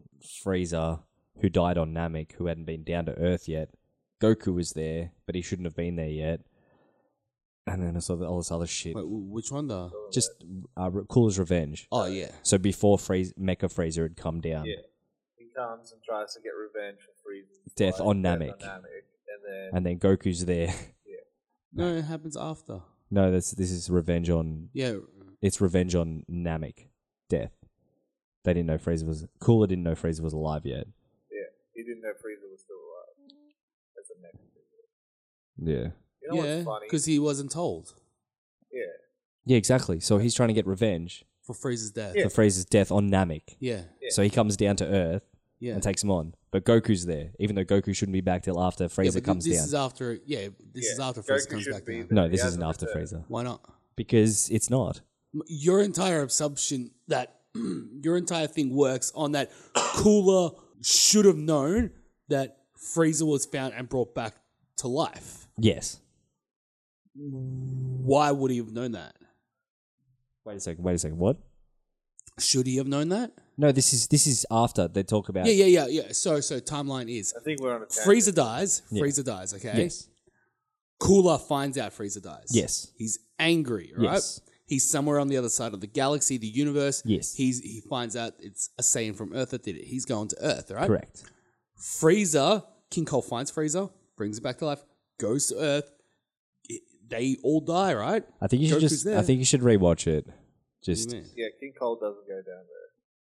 Speaker 3: Frieza, who died on Namek, who hadn't been down to Earth yet. Goku was there, but he shouldn't have been there yet. And then I saw all this other shit.
Speaker 2: Wait, wh- which one the?
Speaker 3: Just uh, Cooler's revenge.
Speaker 2: Oh yeah.
Speaker 3: So before Freeze, Mecha Freezer had come down.
Speaker 4: Yeah. He comes and tries to get revenge for Frieza's
Speaker 3: Death
Speaker 4: life,
Speaker 3: on
Speaker 4: death
Speaker 3: Namek.
Speaker 4: and then
Speaker 3: And then Goku's there.
Speaker 2: No, it happens after.
Speaker 3: no, this this is revenge on
Speaker 2: Yeah.
Speaker 3: it's revenge on Namek. Death. They didn't know Freezer was Cooler didn't know Freezer was alive yet.
Speaker 4: yeah, he didn't know Frieza was still alive. That's a Namek.
Speaker 3: Yeah.
Speaker 4: You know
Speaker 2: Yeah,
Speaker 4: what's funny?
Speaker 2: because he wasn't told
Speaker 4: yeah,
Speaker 3: Yeah, exactly. So he's trying to get revenge
Speaker 2: for Frieza's death.
Speaker 4: Yeah.
Speaker 3: for Freezer's death on Namek.
Speaker 2: Yeah,
Speaker 3: So he comes down to Earth
Speaker 2: yeah.
Speaker 3: and takes him on. But Goku's there, even though Goku shouldn't be back till after
Speaker 2: yeah
Speaker 3: Freezer
Speaker 2: but
Speaker 3: comes
Speaker 2: this
Speaker 3: down.
Speaker 2: is after. Yeah, this
Speaker 4: Yeah,
Speaker 2: is after Frieza
Speaker 4: Goku
Speaker 2: comes
Speaker 4: should
Speaker 2: back
Speaker 4: be
Speaker 2: down.
Speaker 4: there.
Speaker 3: no,
Speaker 4: He
Speaker 3: this
Speaker 4: hasn't
Speaker 3: isn't after
Speaker 4: returned.
Speaker 3: Freezer.
Speaker 2: Why not?
Speaker 3: Because it's not.
Speaker 2: M- Your entire assumption that your entire thing works on that Cooler should have known that Frieza was found and brought back to life.
Speaker 3: Yes.
Speaker 2: Why would he have known that?
Speaker 3: Wait a second, wait a second. What?
Speaker 2: Should he have known that?
Speaker 3: No, this is this is after they talk about
Speaker 2: Yeah, yeah, yeah, yeah. So, so timeline is
Speaker 4: I think we're on a tangent.
Speaker 2: Frieza dies.
Speaker 3: Yeah.
Speaker 2: Frieza dies. Okay.
Speaker 3: Yes.
Speaker 2: Cooler finds out Frieza dies.
Speaker 3: Yes.
Speaker 2: He's angry, right?
Speaker 3: Yes.
Speaker 2: He's somewhere on the other side of the galaxy, the universe.
Speaker 3: Yes.
Speaker 2: He's he finds out it's a Saiyan from Earth that did it. He's going to Earth, right?
Speaker 3: Correct.
Speaker 2: Frieza, King Cole finds Frieza, brings him back to life, goes to Earth. It- They all die, right?
Speaker 3: I think you should
Speaker 2: Goku's
Speaker 3: just.
Speaker 2: there.
Speaker 3: I think you should rewatch it.
Speaker 2: What
Speaker 3: Just
Speaker 2: do you mean?
Speaker 4: Yeah, King Cole doesn't go down there.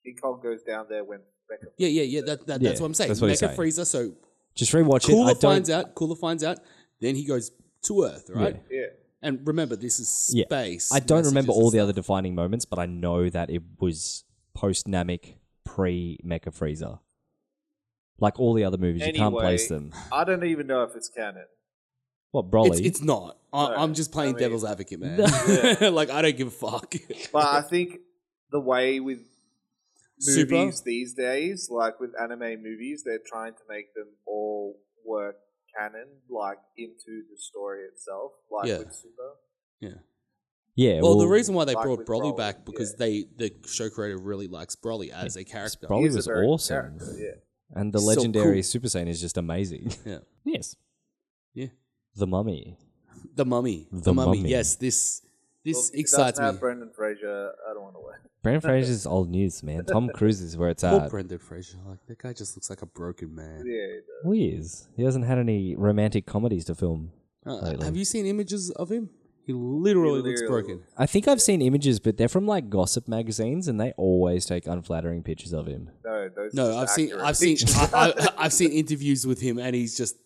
Speaker 4: King Cole goes down there when Becca.
Speaker 2: Yeah, yeah, yeah. That, that,
Speaker 3: Yeah,
Speaker 2: that's what I'm saying.
Speaker 3: that's what he's
Speaker 2: Mega
Speaker 3: saying.
Speaker 2: Frieza. So
Speaker 3: just rewatch it. I
Speaker 2: Cooler
Speaker 3: don't.
Speaker 2: finds out. Cooler finds out. Then he goes to Earth, right?
Speaker 3: Yeah.
Speaker 4: Yeah,
Speaker 2: And remember, this is
Speaker 3: Yeah.
Speaker 2: space.
Speaker 3: I don't remember
Speaker 2: messages
Speaker 3: all
Speaker 2: and
Speaker 3: the other defining moments, but I know that it was post Namek, pre Mecha Freezer. Like all the other movies, you can't place
Speaker 4: Anyway.
Speaker 3: them.
Speaker 4: I don't even know if it's canon.
Speaker 3: What
Speaker 2: stuff.
Speaker 3: Broly?
Speaker 2: It's, it's not. I,
Speaker 4: No,
Speaker 2: I'm just playing
Speaker 4: I mean-
Speaker 2: devil's advocate, man.
Speaker 4: Yeah.
Speaker 2: like I don't give a fuck.
Speaker 4: But I think the way with
Speaker 2: Super?
Speaker 4: movies these days, like with anime movies, they're trying to make them all work canon, like into the story itself, like
Speaker 2: Yeah.
Speaker 4: with Super.
Speaker 3: yeah.
Speaker 2: well, the
Speaker 3: well,
Speaker 2: reason why they
Speaker 4: like
Speaker 2: brought
Speaker 4: with
Speaker 2: Broly
Speaker 4: Broly,
Speaker 2: back because they the show creator really likes Broly as a character.
Speaker 3: Broly
Speaker 4: He's a
Speaker 3: was
Speaker 4: very good
Speaker 3: awesome.
Speaker 4: character, yeah.
Speaker 3: And the
Speaker 2: So
Speaker 3: legendary
Speaker 2: cool.
Speaker 3: Super Saiyan is just amazing.
Speaker 2: Yeah.
Speaker 3: yes.
Speaker 2: Yeah.
Speaker 3: The Mummy.
Speaker 2: The Mummy. The,
Speaker 3: The
Speaker 2: mummy.
Speaker 3: Mummy.
Speaker 2: Yes, this
Speaker 4: Well,
Speaker 2: this
Speaker 4: if it
Speaker 2: excites
Speaker 4: doesn't
Speaker 2: me.
Speaker 4: Have Brendan Fraser, I don't want to wait.
Speaker 3: Brandon Fraser's old news, man. Tom Cruise is where it's
Speaker 2: Poor
Speaker 3: at.
Speaker 2: Brendan Fraser. Like that guy just looks like a broken man.
Speaker 4: Yeah,
Speaker 3: Well, he is. He hasn't had any romantic comedies to film.
Speaker 2: Uh,
Speaker 3: Lately.
Speaker 2: have you seen images of him? He literally looks
Speaker 4: literally
Speaker 2: broken.
Speaker 3: I think I've seen images, but they're from like gossip magazines, and they always take unflattering pictures of him.
Speaker 4: no, those are
Speaker 2: No,
Speaker 4: just
Speaker 2: I've seen
Speaker 4: accurate
Speaker 2: I've seen
Speaker 4: pictures.
Speaker 2: I, I, I've seen interviews with him, and he's just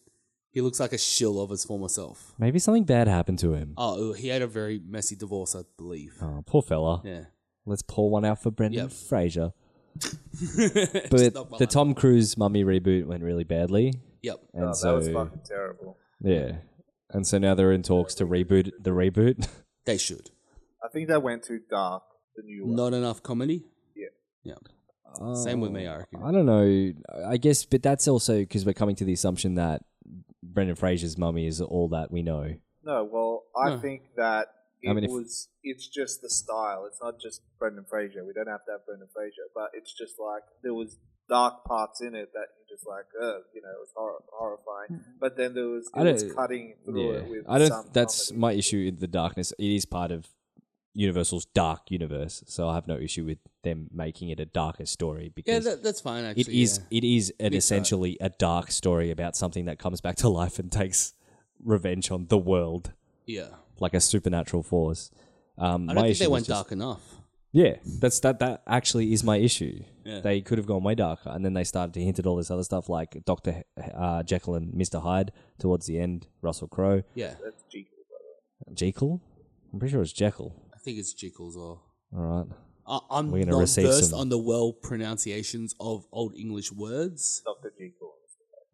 Speaker 2: he looks like a shill of his former self.
Speaker 3: Maybe something bad happened to him.
Speaker 2: Oh, he had a very messy divorce, I believe.
Speaker 3: Oh, poor fella.
Speaker 2: Yeah,
Speaker 3: Let's pour one out for Brendan
Speaker 2: Yep.
Speaker 3: Fraser.
Speaker 2: Just not
Speaker 3: But
Speaker 2: my
Speaker 3: the
Speaker 2: life.
Speaker 3: Tom Cruise mummy reboot went really badly,
Speaker 2: Yep.
Speaker 3: and
Speaker 4: Oh,
Speaker 3: so
Speaker 4: that was fucking terrible.
Speaker 3: yeah, and so now they're in talks to reboot the reboot.
Speaker 2: They should.
Speaker 4: I think they went too dark. The new one.
Speaker 2: Not enough comedy.
Speaker 4: Yeah.
Speaker 2: Yeah. Same with me, I reckon.
Speaker 3: Uh, I don't know. I guess, but that's also because we're coming to the assumption that Brendan Fraser's mummy is all that we know.
Speaker 4: No, well, I
Speaker 2: No.
Speaker 4: think that it
Speaker 3: I mean, if-
Speaker 4: was. It's just the style. It's not just Brendan Fraser. We don't have to have Brendan Fraser, but it's just like there was dark parts in it that you just like, Ugh, you know, it was hor- horrifying. But then there was
Speaker 3: I
Speaker 4: it was
Speaker 3: don't-
Speaker 4: cutting through
Speaker 3: Yeah,
Speaker 4: it with.
Speaker 3: I don't.
Speaker 4: some
Speaker 3: That's
Speaker 4: comedy.
Speaker 3: my issue. in The darkness. It is part of Universal's dark universe, so I have no issue with them making it a darker story
Speaker 2: Yeah,
Speaker 3: because
Speaker 2: that, that's fine. Actually,
Speaker 3: it is
Speaker 2: yeah.
Speaker 3: it is an
Speaker 2: Mixed up.
Speaker 3: essentially a dark story about something that comes back to life and takes revenge on the world
Speaker 2: Yeah,
Speaker 3: like a supernatural force. Um, my
Speaker 2: I don't think
Speaker 3: issue
Speaker 2: they
Speaker 3: was
Speaker 2: went
Speaker 3: just-
Speaker 2: dark enough.
Speaker 3: Yeah, that's that. That actually is my issue.
Speaker 2: Yeah.
Speaker 3: They could have gone way darker, and then they started to hint at all this other stuff like Doctor uh, Jekyll and Mister Hyde towards the end. Russell Crowe,
Speaker 2: Yeah,
Speaker 4: That's Jekyll.
Speaker 3: Jekyll. I'm pretty sure it's Jekyll.
Speaker 2: I think it's Jiggles or.
Speaker 3: All right.
Speaker 2: I, I'm
Speaker 3: We're gonna
Speaker 2: not
Speaker 3: receive
Speaker 2: versed
Speaker 3: some-
Speaker 2: on the well pronunciations of old English words.
Speaker 4: Doctor Jekyll.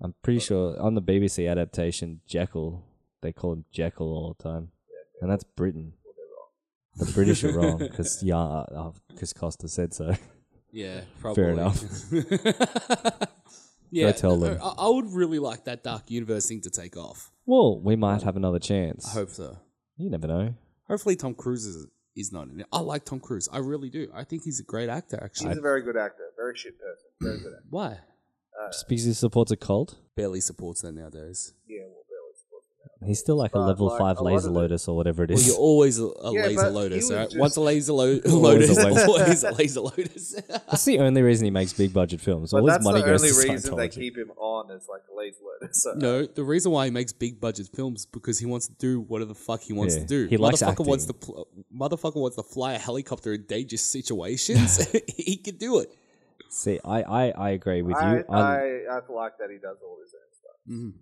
Speaker 3: I'm pretty sure on the BBC adaptation, Jekyll, they call him Jekyll all the time. And that's Britain. The British are wrong because yeah, uh, 'cause Costa said so.
Speaker 2: Yeah, probably.
Speaker 3: Fair enough.
Speaker 2: yeah,
Speaker 3: tell them.
Speaker 2: I, I would really like that Dark Universe thing to take off.
Speaker 3: Well, we might have another chance.
Speaker 2: I hope so.
Speaker 3: You never know.
Speaker 2: Hopefully, Tom Cruise is, is not in it. I like Tom Cruise. I really do. I think he's a great actor.
Speaker 4: He's
Speaker 2: Actually,
Speaker 4: a very good actor. Very shit person. Very good actor.
Speaker 2: why?
Speaker 4: Uh,
Speaker 3: Just because he supports a cult,
Speaker 2: Barely supports that nowadays.
Speaker 4: Yeah, well, barely supports him.
Speaker 3: he's still like a
Speaker 4: But,
Speaker 3: level
Speaker 4: like,
Speaker 3: five
Speaker 4: a lot
Speaker 3: laser
Speaker 4: of the-
Speaker 3: lotus or whatever it
Speaker 2: Well,
Speaker 3: is.
Speaker 2: you're always a, a
Speaker 4: Yeah, but
Speaker 2: laser
Speaker 4: he
Speaker 2: lotus,
Speaker 4: was
Speaker 2: right?
Speaker 4: just-
Speaker 2: Once a laser lo-
Speaker 3: Always
Speaker 2: lotus,
Speaker 3: a laser-
Speaker 2: always a laser lotus.
Speaker 3: that's the only reason he makes big budget films.
Speaker 4: But
Speaker 3: all his
Speaker 4: that's
Speaker 3: money
Speaker 4: the
Speaker 3: goes
Speaker 4: only
Speaker 3: to
Speaker 4: reason they
Speaker 3: Scientology.
Speaker 4: keep him on is like a laser letter. So
Speaker 2: No, the reason why he makes big budget films because he wants to do whatever the fuck he wants
Speaker 3: Yeah,
Speaker 2: to do.
Speaker 3: he likes
Speaker 2: motherfucker wants to
Speaker 3: acting.
Speaker 2: pl- motherfucker wants to fly a helicopter in dangerous situations. he could do it.
Speaker 3: See, I, I, I agree with
Speaker 4: I,
Speaker 3: you.
Speaker 4: I, I, like that he does all his own stuff.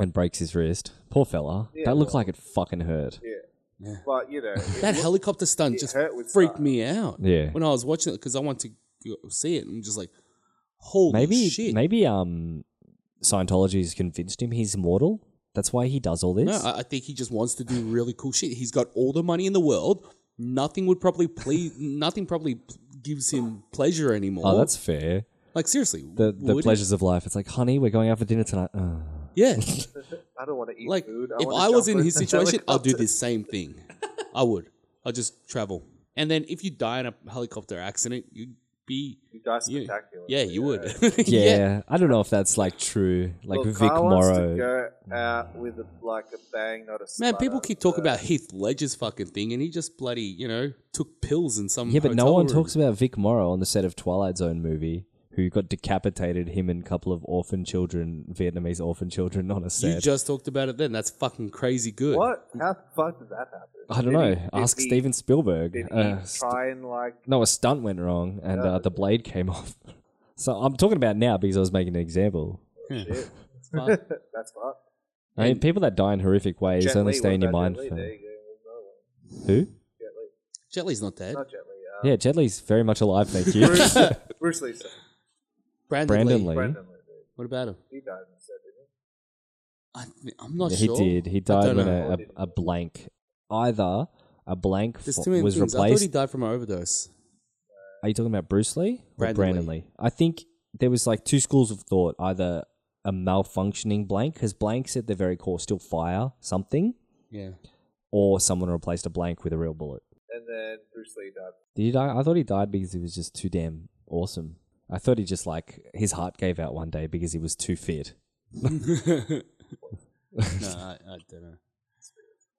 Speaker 3: and breaks his wrist. Poor fella.
Speaker 4: Yeah,
Speaker 3: that looked
Speaker 4: well.
Speaker 3: like it fucking hurt.
Speaker 4: But you know, it
Speaker 2: That
Speaker 4: was-
Speaker 2: helicopter stunt
Speaker 4: it
Speaker 2: just
Speaker 4: hurt with
Speaker 2: freaked
Speaker 4: style.
Speaker 2: me out.
Speaker 3: Yeah.
Speaker 2: when I was watching it because I wanted to go see it and just like, holy
Speaker 3: maybe
Speaker 2: shit!
Speaker 3: maybe um Scientology has convinced him he's mortal. That's why he does all this.
Speaker 2: No, uh, I, I think he just wants to do really cool shit. He's got all the money in the world. Nothing would probably please. nothing probably p- gives him pleasure anymore.
Speaker 3: oh, that's fair.
Speaker 2: like seriously.
Speaker 3: The the
Speaker 2: would it?
Speaker 3: pleasures of life. It's like, honey, we're going out for dinner tonight. Uh, Ugh.
Speaker 2: Yeah.
Speaker 4: I don't want to eat
Speaker 2: Like
Speaker 4: food.
Speaker 2: if
Speaker 4: wanna
Speaker 2: I was
Speaker 4: jump
Speaker 2: in his
Speaker 4: an
Speaker 2: situation, I'll do
Speaker 4: helicopter.
Speaker 2: this same thing. I would. I'll just travel. And then if you die in a helicopter accident, you'd be
Speaker 4: You die
Speaker 2: you,
Speaker 4: spectacular.
Speaker 2: yeah, you would.
Speaker 3: Yeah, I don't know if that's like true. Like
Speaker 4: Look,
Speaker 3: Vic
Speaker 4: Kyle wants
Speaker 3: Morrow.
Speaker 4: to go out with a, like a bang, not a
Speaker 2: Man,
Speaker 4: splatter,
Speaker 2: people keep talking
Speaker 4: so-
Speaker 2: about Heath Ledger's fucking thing, and he just bloody, you know, took pills in some.
Speaker 3: Yeah, but no
Speaker 2: hotel
Speaker 3: one
Speaker 2: room.
Speaker 3: talks about Vic Morrow on the set of Twilight Zone movie, who got decapitated him and a couple of orphan children, Vietnamese orphan children, on a set.
Speaker 2: You just talked about it then. That's fucking crazy good.
Speaker 4: What? How the fuck did that happen?
Speaker 3: I don't
Speaker 4: Did
Speaker 3: know.
Speaker 4: he- did
Speaker 3: Ask
Speaker 4: he-
Speaker 3: Steven Spielberg.
Speaker 4: Did he
Speaker 3: Uh, st-
Speaker 4: try and like?
Speaker 3: No, a stunt went wrong and
Speaker 4: Yeah.
Speaker 3: uh, the blade came off. So I'm talking about now because I was making an example.
Speaker 4: Shit.
Speaker 2: fucked.
Speaker 4: That's fucked.
Speaker 3: I mean, people that die in horrific ways
Speaker 4: Jet
Speaker 3: only
Speaker 4: Li,
Speaker 3: stay
Speaker 4: what
Speaker 3: in your
Speaker 4: about
Speaker 3: mind
Speaker 4: Jet Li?
Speaker 3: for.
Speaker 4: There you go.
Speaker 3: Who?
Speaker 4: Jet Li.
Speaker 2: Jet Li's not dead.
Speaker 4: Not Jet Li. Uh,
Speaker 3: Yeah, Jet Li's very much alive, thank you.
Speaker 4: Bruce, Bruce Lee. sorry.
Speaker 2: Brandon,
Speaker 3: Brandon
Speaker 2: Lee.
Speaker 3: Lee.
Speaker 4: Brandon Lee. dude.
Speaker 2: What about him?
Speaker 4: He died instead, didn't
Speaker 2: I, I'm not
Speaker 3: Yeah,
Speaker 2: sure.
Speaker 3: He did. He
Speaker 2: don't
Speaker 3: died when
Speaker 2: know.
Speaker 3: a, a, a blank, either a blank
Speaker 2: There's
Speaker 3: fo-
Speaker 2: too many
Speaker 3: was
Speaker 2: things. I thought
Speaker 3: replaced.
Speaker 2: he died from an overdose.
Speaker 3: Are you talking about Bruce Lee or
Speaker 2: Brandon
Speaker 3: Brandon, Lee? I think there was like two schools of thought. Either a malfunctioning blank, because blanks at their very core still fire something,
Speaker 2: Yeah.
Speaker 3: or someone replaced a blank with a real bullet.
Speaker 4: he? And then Bruce Lee died.
Speaker 3: Did he die? I thought he died because he was just too damn awesome. I thought he just like his heart gave out one day because he was too fit.
Speaker 2: no, I, I don't know.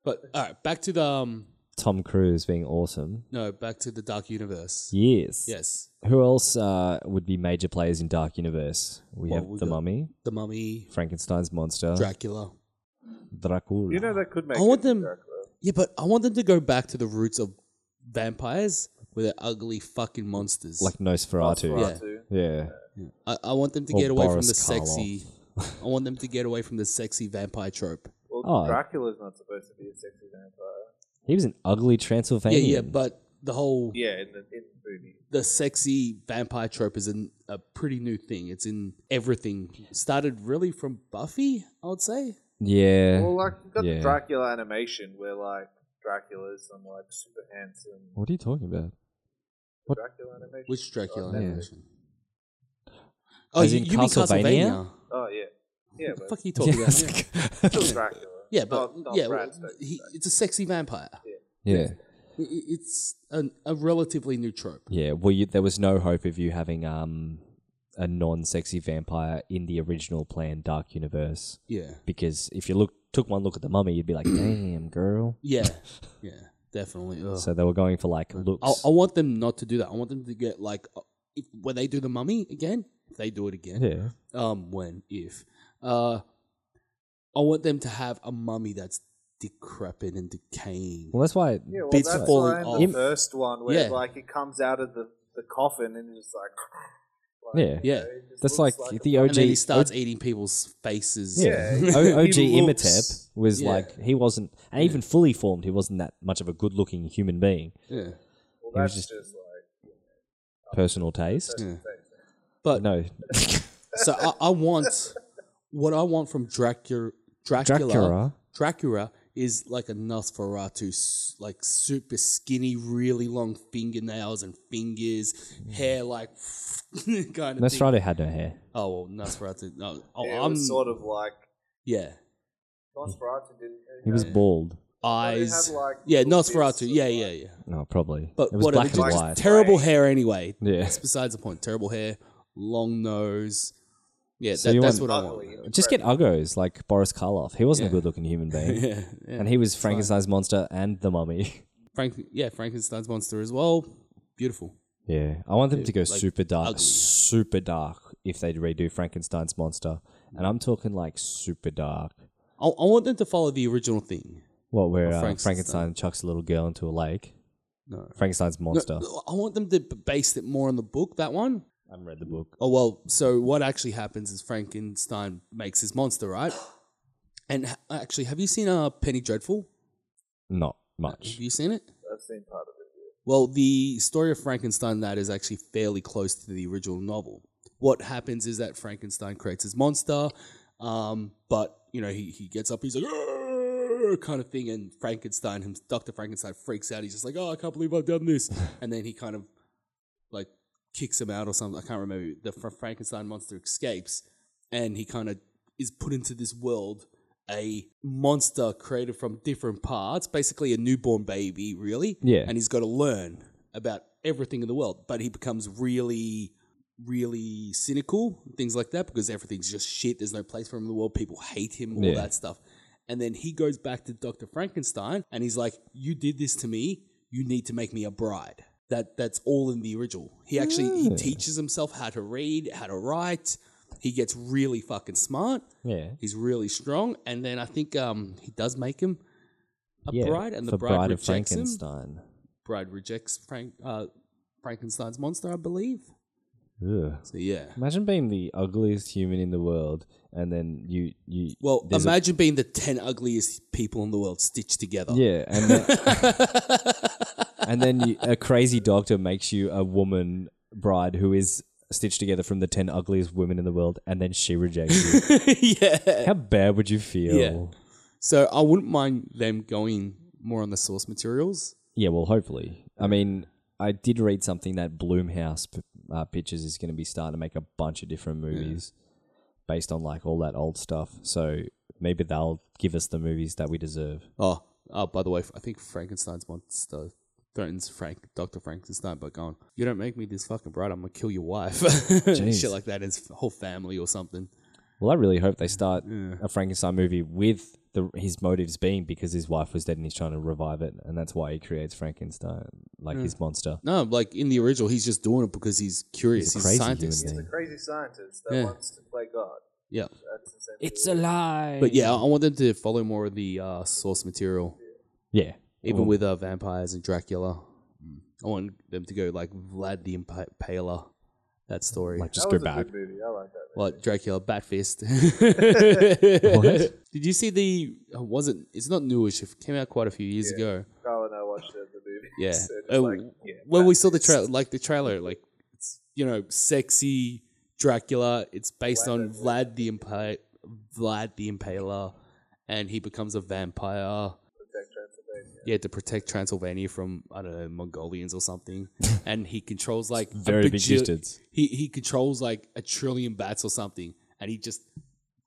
Speaker 2: But all right, back to the um,
Speaker 3: Tom Cruise being awesome.
Speaker 2: no, back to the Dark Universe.
Speaker 3: Yes.
Speaker 2: Yes,
Speaker 3: Who else uh, would be major players in Dark Universe? We
Speaker 2: Well,
Speaker 3: have
Speaker 2: we
Speaker 3: The
Speaker 2: got-
Speaker 3: Mummy,
Speaker 2: the Mummy,
Speaker 3: Frankenstein's Monster,
Speaker 2: Dracula.
Speaker 3: Dracula.
Speaker 4: You know that could make.
Speaker 2: I want
Speaker 4: it
Speaker 2: them-
Speaker 4: Dracula.
Speaker 2: Yeah, but I want them to go back to the roots of vampires with their ugly fucking monsters.
Speaker 3: like Nosferatu.
Speaker 2: Nosferatu.
Speaker 3: Yeah.
Speaker 2: I, I want them to
Speaker 3: Or
Speaker 2: get away
Speaker 3: Boris
Speaker 2: from the sexy.
Speaker 3: Karloff.
Speaker 2: I want them to get away from the sexy vampire trope.
Speaker 4: Well,
Speaker 3: Oh.
Speaker 4: Dracula's not supposed to be a sexy vampire.
Speaker 3: He was an ugly Transylvanian.
Speaker 2: Yeah, yeah, but the whole
Speaker 4: Yeah, in the in the movie.
Speaker 2: the sexy vampire trope is an, a pretty new thing. It's in everything. Started really from Buffy, I would say.
Speaker 3: Yeah.
Speaker 4: Well, like you've got
Speaker 3: Yeah.
Speaker 4: the Dracula animation where like Dracula's some like super handsome
Speaker 3: what are you talking about? What-
Speaker 4: Dracula animation.
Speaker 2: Which Dracula
Speaker 4: Oh, yeah.
Speaker 2: animation? Oh,
Speaker 3: As
Speaker 2: you,
Speaker 3: in
Speaker 2: you mean
Speaker 3: Castlevania?
Speaker 2: Castlevania?
Speaker 4: Oh yeah, yeah,
Speaker 2: What the
Speaker 4: but
Speaker 2: fuck are you talking
Speaker 3: Yes.
Speaker 2: about?
Speaker 4: still Dracula.
Speaker 2: Yeah, but
Speaker 4: Oh, Not- not
Speaker 2: yeah,
Speaker 4: Brad
Speaker 2: well,
Speaker 4: Stoker.
Speaker 2: he, it's a sexy vampire.
Speaker 3: yeah.
Speaker 2: I- i- It's an, a relatively new trope.
Speaker 3: Yeah. Well, you, there was no hope of you having um a non-sexy vampire in the original planned Dark Universe
Speaker 2: Yeah,
Speaker 3: because if you look took one look at the mummy, you'd be like, "Damn, girl."
Speaker 2: yeah, yeah, definitely. Ugh.
Speaker 3: So they were going for like looks.
Speaker 2: I, I want them not to do that. I want them to get like uh, if, when they do the mummy again, if they do it again,
Speaker 3: yeah.
Speaker 2: um when if uh i want them to have a mummy that's decrepit and decaying
Speaker 3: Well, that's why.
Speaker 4: Yeah, well,
Speaker 2: bits
Speaker 4: that's
Speaker 2: falling
Speaker 4: why in
Speaker 2: off.
Speaker 4: the
Speaker 2: Him-
Speaker 4: first one where
Speaker 2: Yeah.
Speaker 4: like it comes out of the, the coffin and it's just like, like,
Speaker 3: Yeah.
Speaker 2: yeah
Speaker 4: it just
Speaker 3: That's like
Speaker 4: looks a-
Speaker 3: the OG.
Speaker 2: and then he starts eating people's faces
Speaker 3: Yeah.
Speaker 4: Yeah,
Speaker 3: O- OG
Speaker 4: he looks-
Speaker 3: Imhotep was
Speaker 2: Yeah.
Speaker 3: like he wasn't, and even fully formed, he wasn't that much of a good-looking human being.
Speaker 2: yeah
Speaker 4: well,
Speaker 3: he was
Speaker 4: that's
Speaker 3: just-
Speaker 4: just, like
Speaker 3: Personal taste.
Speaker 2: yeah. but
Speaker 3: No,
Speaker 2: so I, I want what i want from dracula dracula dracula,
Speaker 3: Dracula.
Speaker 2: is like a Nosferatu, s- like super skinny, really long fingernails and fingers,
Speaker 3: Mm.
Speaker 2: hair like kind of thing.
Speaker 3: Nosferatu had no hair.
Speaker 2: Oh, well, Nosferatu. No, oh,
Speaker 4: yeah, it
Speaker 2: I'm
Speaker 4: was sort of like
Speaker 2: yeah.
Speaker 4: Nosferatu didn't. uh,
Speaker 3: He was bald.
Speaker 2: Eyes,
Speaker 4: had, like,
Speaker 2: yeah,
Speaker 4: little bits
Speaker 2: Nosferatu.
Speaker 4: of,
Speaker 2: Yeah,
Speaker 4: like-
Speaker 2: yeah, yeah.
Speaker 3: No, probably.
Speaker 2: But
Speaker 3: it was
Speaker 2: what
Speaker 3: black and
Speaker 2: just
Speaker 3: white.
Speaker 2: terrible hair anyway.
Speaker 3: yeah.
Speaker 2: That's besides the point. Terrible hair, long nose. Yeah,
Speaker 3: So
Speaker 2: that,
Speaker 3: you
Speaker 2: that's
Speaker 3: want-
Speaker 2: what I
Speaker 4: ugly
Speaker 2: want.
Speaker 4: and
Speaker 3: Just get uggos like Boris Karloff. He wasn't
Speaker 2: Yeah.
Speaker 3: a good-looking human being,
Speaker 2: yeah, yeah.
Speaker 3: and he was Frankenstein's monster and the mummy.
Speaker 2: Frank, yeah, Frankenstein's monster as well. Beautiful.
Speaker 3: Yeah, I want them to go super dark,
Speaker 2: ugly.
Speaker 3: super dark. If they redo Frankenstein's monster, and I'm talking like super dark.
Speaker 2: I, I want them to follow the original thing.
Speaker 3: What where uh,
Speaker 2: Frankenstein.
Speaker 3: Frankenstein. chucks a little girl into a lake?
Speaker 2: No.
Speaker 3: Frankenstein's
Speaker 2: No,
Speaker 3: monster.
Speaker 2: I want them to b- base it more on the book. That one.
Speaker 3: I haven't read the book.
Speaker 2: Oh well, so what actually happens is Frankenstein makes his monster, right? And ha- actually, have you seen uh, Penny Dreadful?
Speaker 3: Not
Speaker 2: Have
Speaker 3: much.
Speaker 2: you seen it?
Speaker 4: I've seen part of it.
Speaker 2: Well, the story of Frankenstein that is actually fairly close to the original novel. What happens is that Frankenstein creates his monster, um, but you know he, he gets up, he's like "Arr!" kind of thing, and Frankenstein, him, Doctor Frankenstein, freaks out. He's just like, oh, I can't believe I've done this, and then he kind of like kicks him out or something. I can't remember. The Fra- Frankenstein monster escapes, and he kind of is put into this world a monster created from different parts, basically a newborn baby, really.
Speaker 3: Yeah.
Speaker 2: And he's got to learn about everything in the world, but he becomes really, really cynical, things like that, because everything's just shit. There's no place for him in the world. People hate him, all
Speaker 3: Yeah.
Speaker 2: that stuff. And then he goes back to Dr. Frankenstein and he's like, You did this to me. You need to make me a bride. That that's all in the original. He actually he teaches himself how to read, how to write. He gets really fucking smart.
Speaker 3: Yeah.
Speaker 2: He's really strong, and then I think um, he does make him a
Speaker 3: yeah.
Speaker 2: bride, and the
Speaker 3: for
Speaker 2: bride,
Speaker 3: Bride of
Speaker 2: rejects him.
Speaker 3: Frankenstein.
Speaker 2: Bride rejects Frank, uh, Frankenstein's monster, I believe.
Speaker 3: Ugh.
Speaker 2: So yeah.
Speaker 3: Imagine being the ugliest human in the world, and then you you
Speaker 2: Well,
Speaker 3: there's a-
Speaker 2: imagine being the ten ugliest people in the world stitched together.
Speaker 3: yeah, and then, and then you, a crazy doctor makes you a woman bride who is stitched together from the ten ugliest women in the world, and then she rejects you.
Speaker 2: yeah.
Speaker 3: How bad would you feel?
Speaker 2: Yeah. So I wouldn't mind them going more on the source materials.
Speaker 3: Yeah, well, hopefully. I mean, I did read something that Bloomhouse p- uh, Pictures is going to be starting to make a bunch of different movies based on like all that old stuff. So maybe they'll give us the movies that we deserve.
Speaker 2: Oh, oh by the way, I think Frankenstein's monster threatens Frank, Dr. Frankenstein by going, You don't make me this fucking bright, I'm going to kill your wife. Shit like that, his whole family or something.
Speaker 3: Well, I really hope they start a Frankenstein movie with the, his motives being because his wife was dead and he's trying to revive it, and that's why he creates Frankenstein, like his
Speaker 4: Mm.
Speaker 3: monster.
Speaker 2: No, like in the original, he's just doing it because he's curious. He's,
Speaker 3: crazy
Speaker 2: a
Speaker 3: human
Speaker 2: scientist.
Speaker 3: being.
Speaker 4: He's a crazy scientist that
Speaker 2: Yeah.
Speaker 4: wants to play God.
Speaker 2: Yeah.
Speaker 4: That's essentially
Speaker 3: It's alive.
Speaker 2: But yeah, I I want them to follow more of the uh, source material,
Speaker 3: yeah,
Speaker 2: even with uh, vampires and Dracula. Mm. I want them to go like Vlad the Impaler, that story.
Speaker 3: like
Speaker 2: Like,
Speaker 3: just
Speaker 4: that
Speaker 3: go
Speaker 4: was a
Speaker 3: back.
Speaker 4: good movie. I like that.
Speaker 2: what Dracula Batfist?
Speaker 3: What?
Speaker 2: Did you see the? oh, Was it? It's not newish. It came out quite a few years ago.
Speaker 4: Carl and I watched it, the movie.
Speaker 2: Yeah.
Speaker 4: So it's
Speaker 2: Oh,
Speaker 4: like, yeah,
Speaker 2: when we
Speaker 4: that's
Speaker 2: saw the
Speaker 4: it.
Speaker 2: trailer, like the trailer, like it's you know sexy Dracula. It's based on Vlad the Impaler, Vlad the Impaler, and he becomes a vampire.
Speaker 4: Protect Transylvania.
Speaker 2: Yeah, to protect Transylvania from I don't know Mongolians or something, and he controls like a
Speaker 3: Very big
Speaker 2: bajil-
Speaker 3: distance.
Speaker 2: He he controls like a trillion bats or something, and he just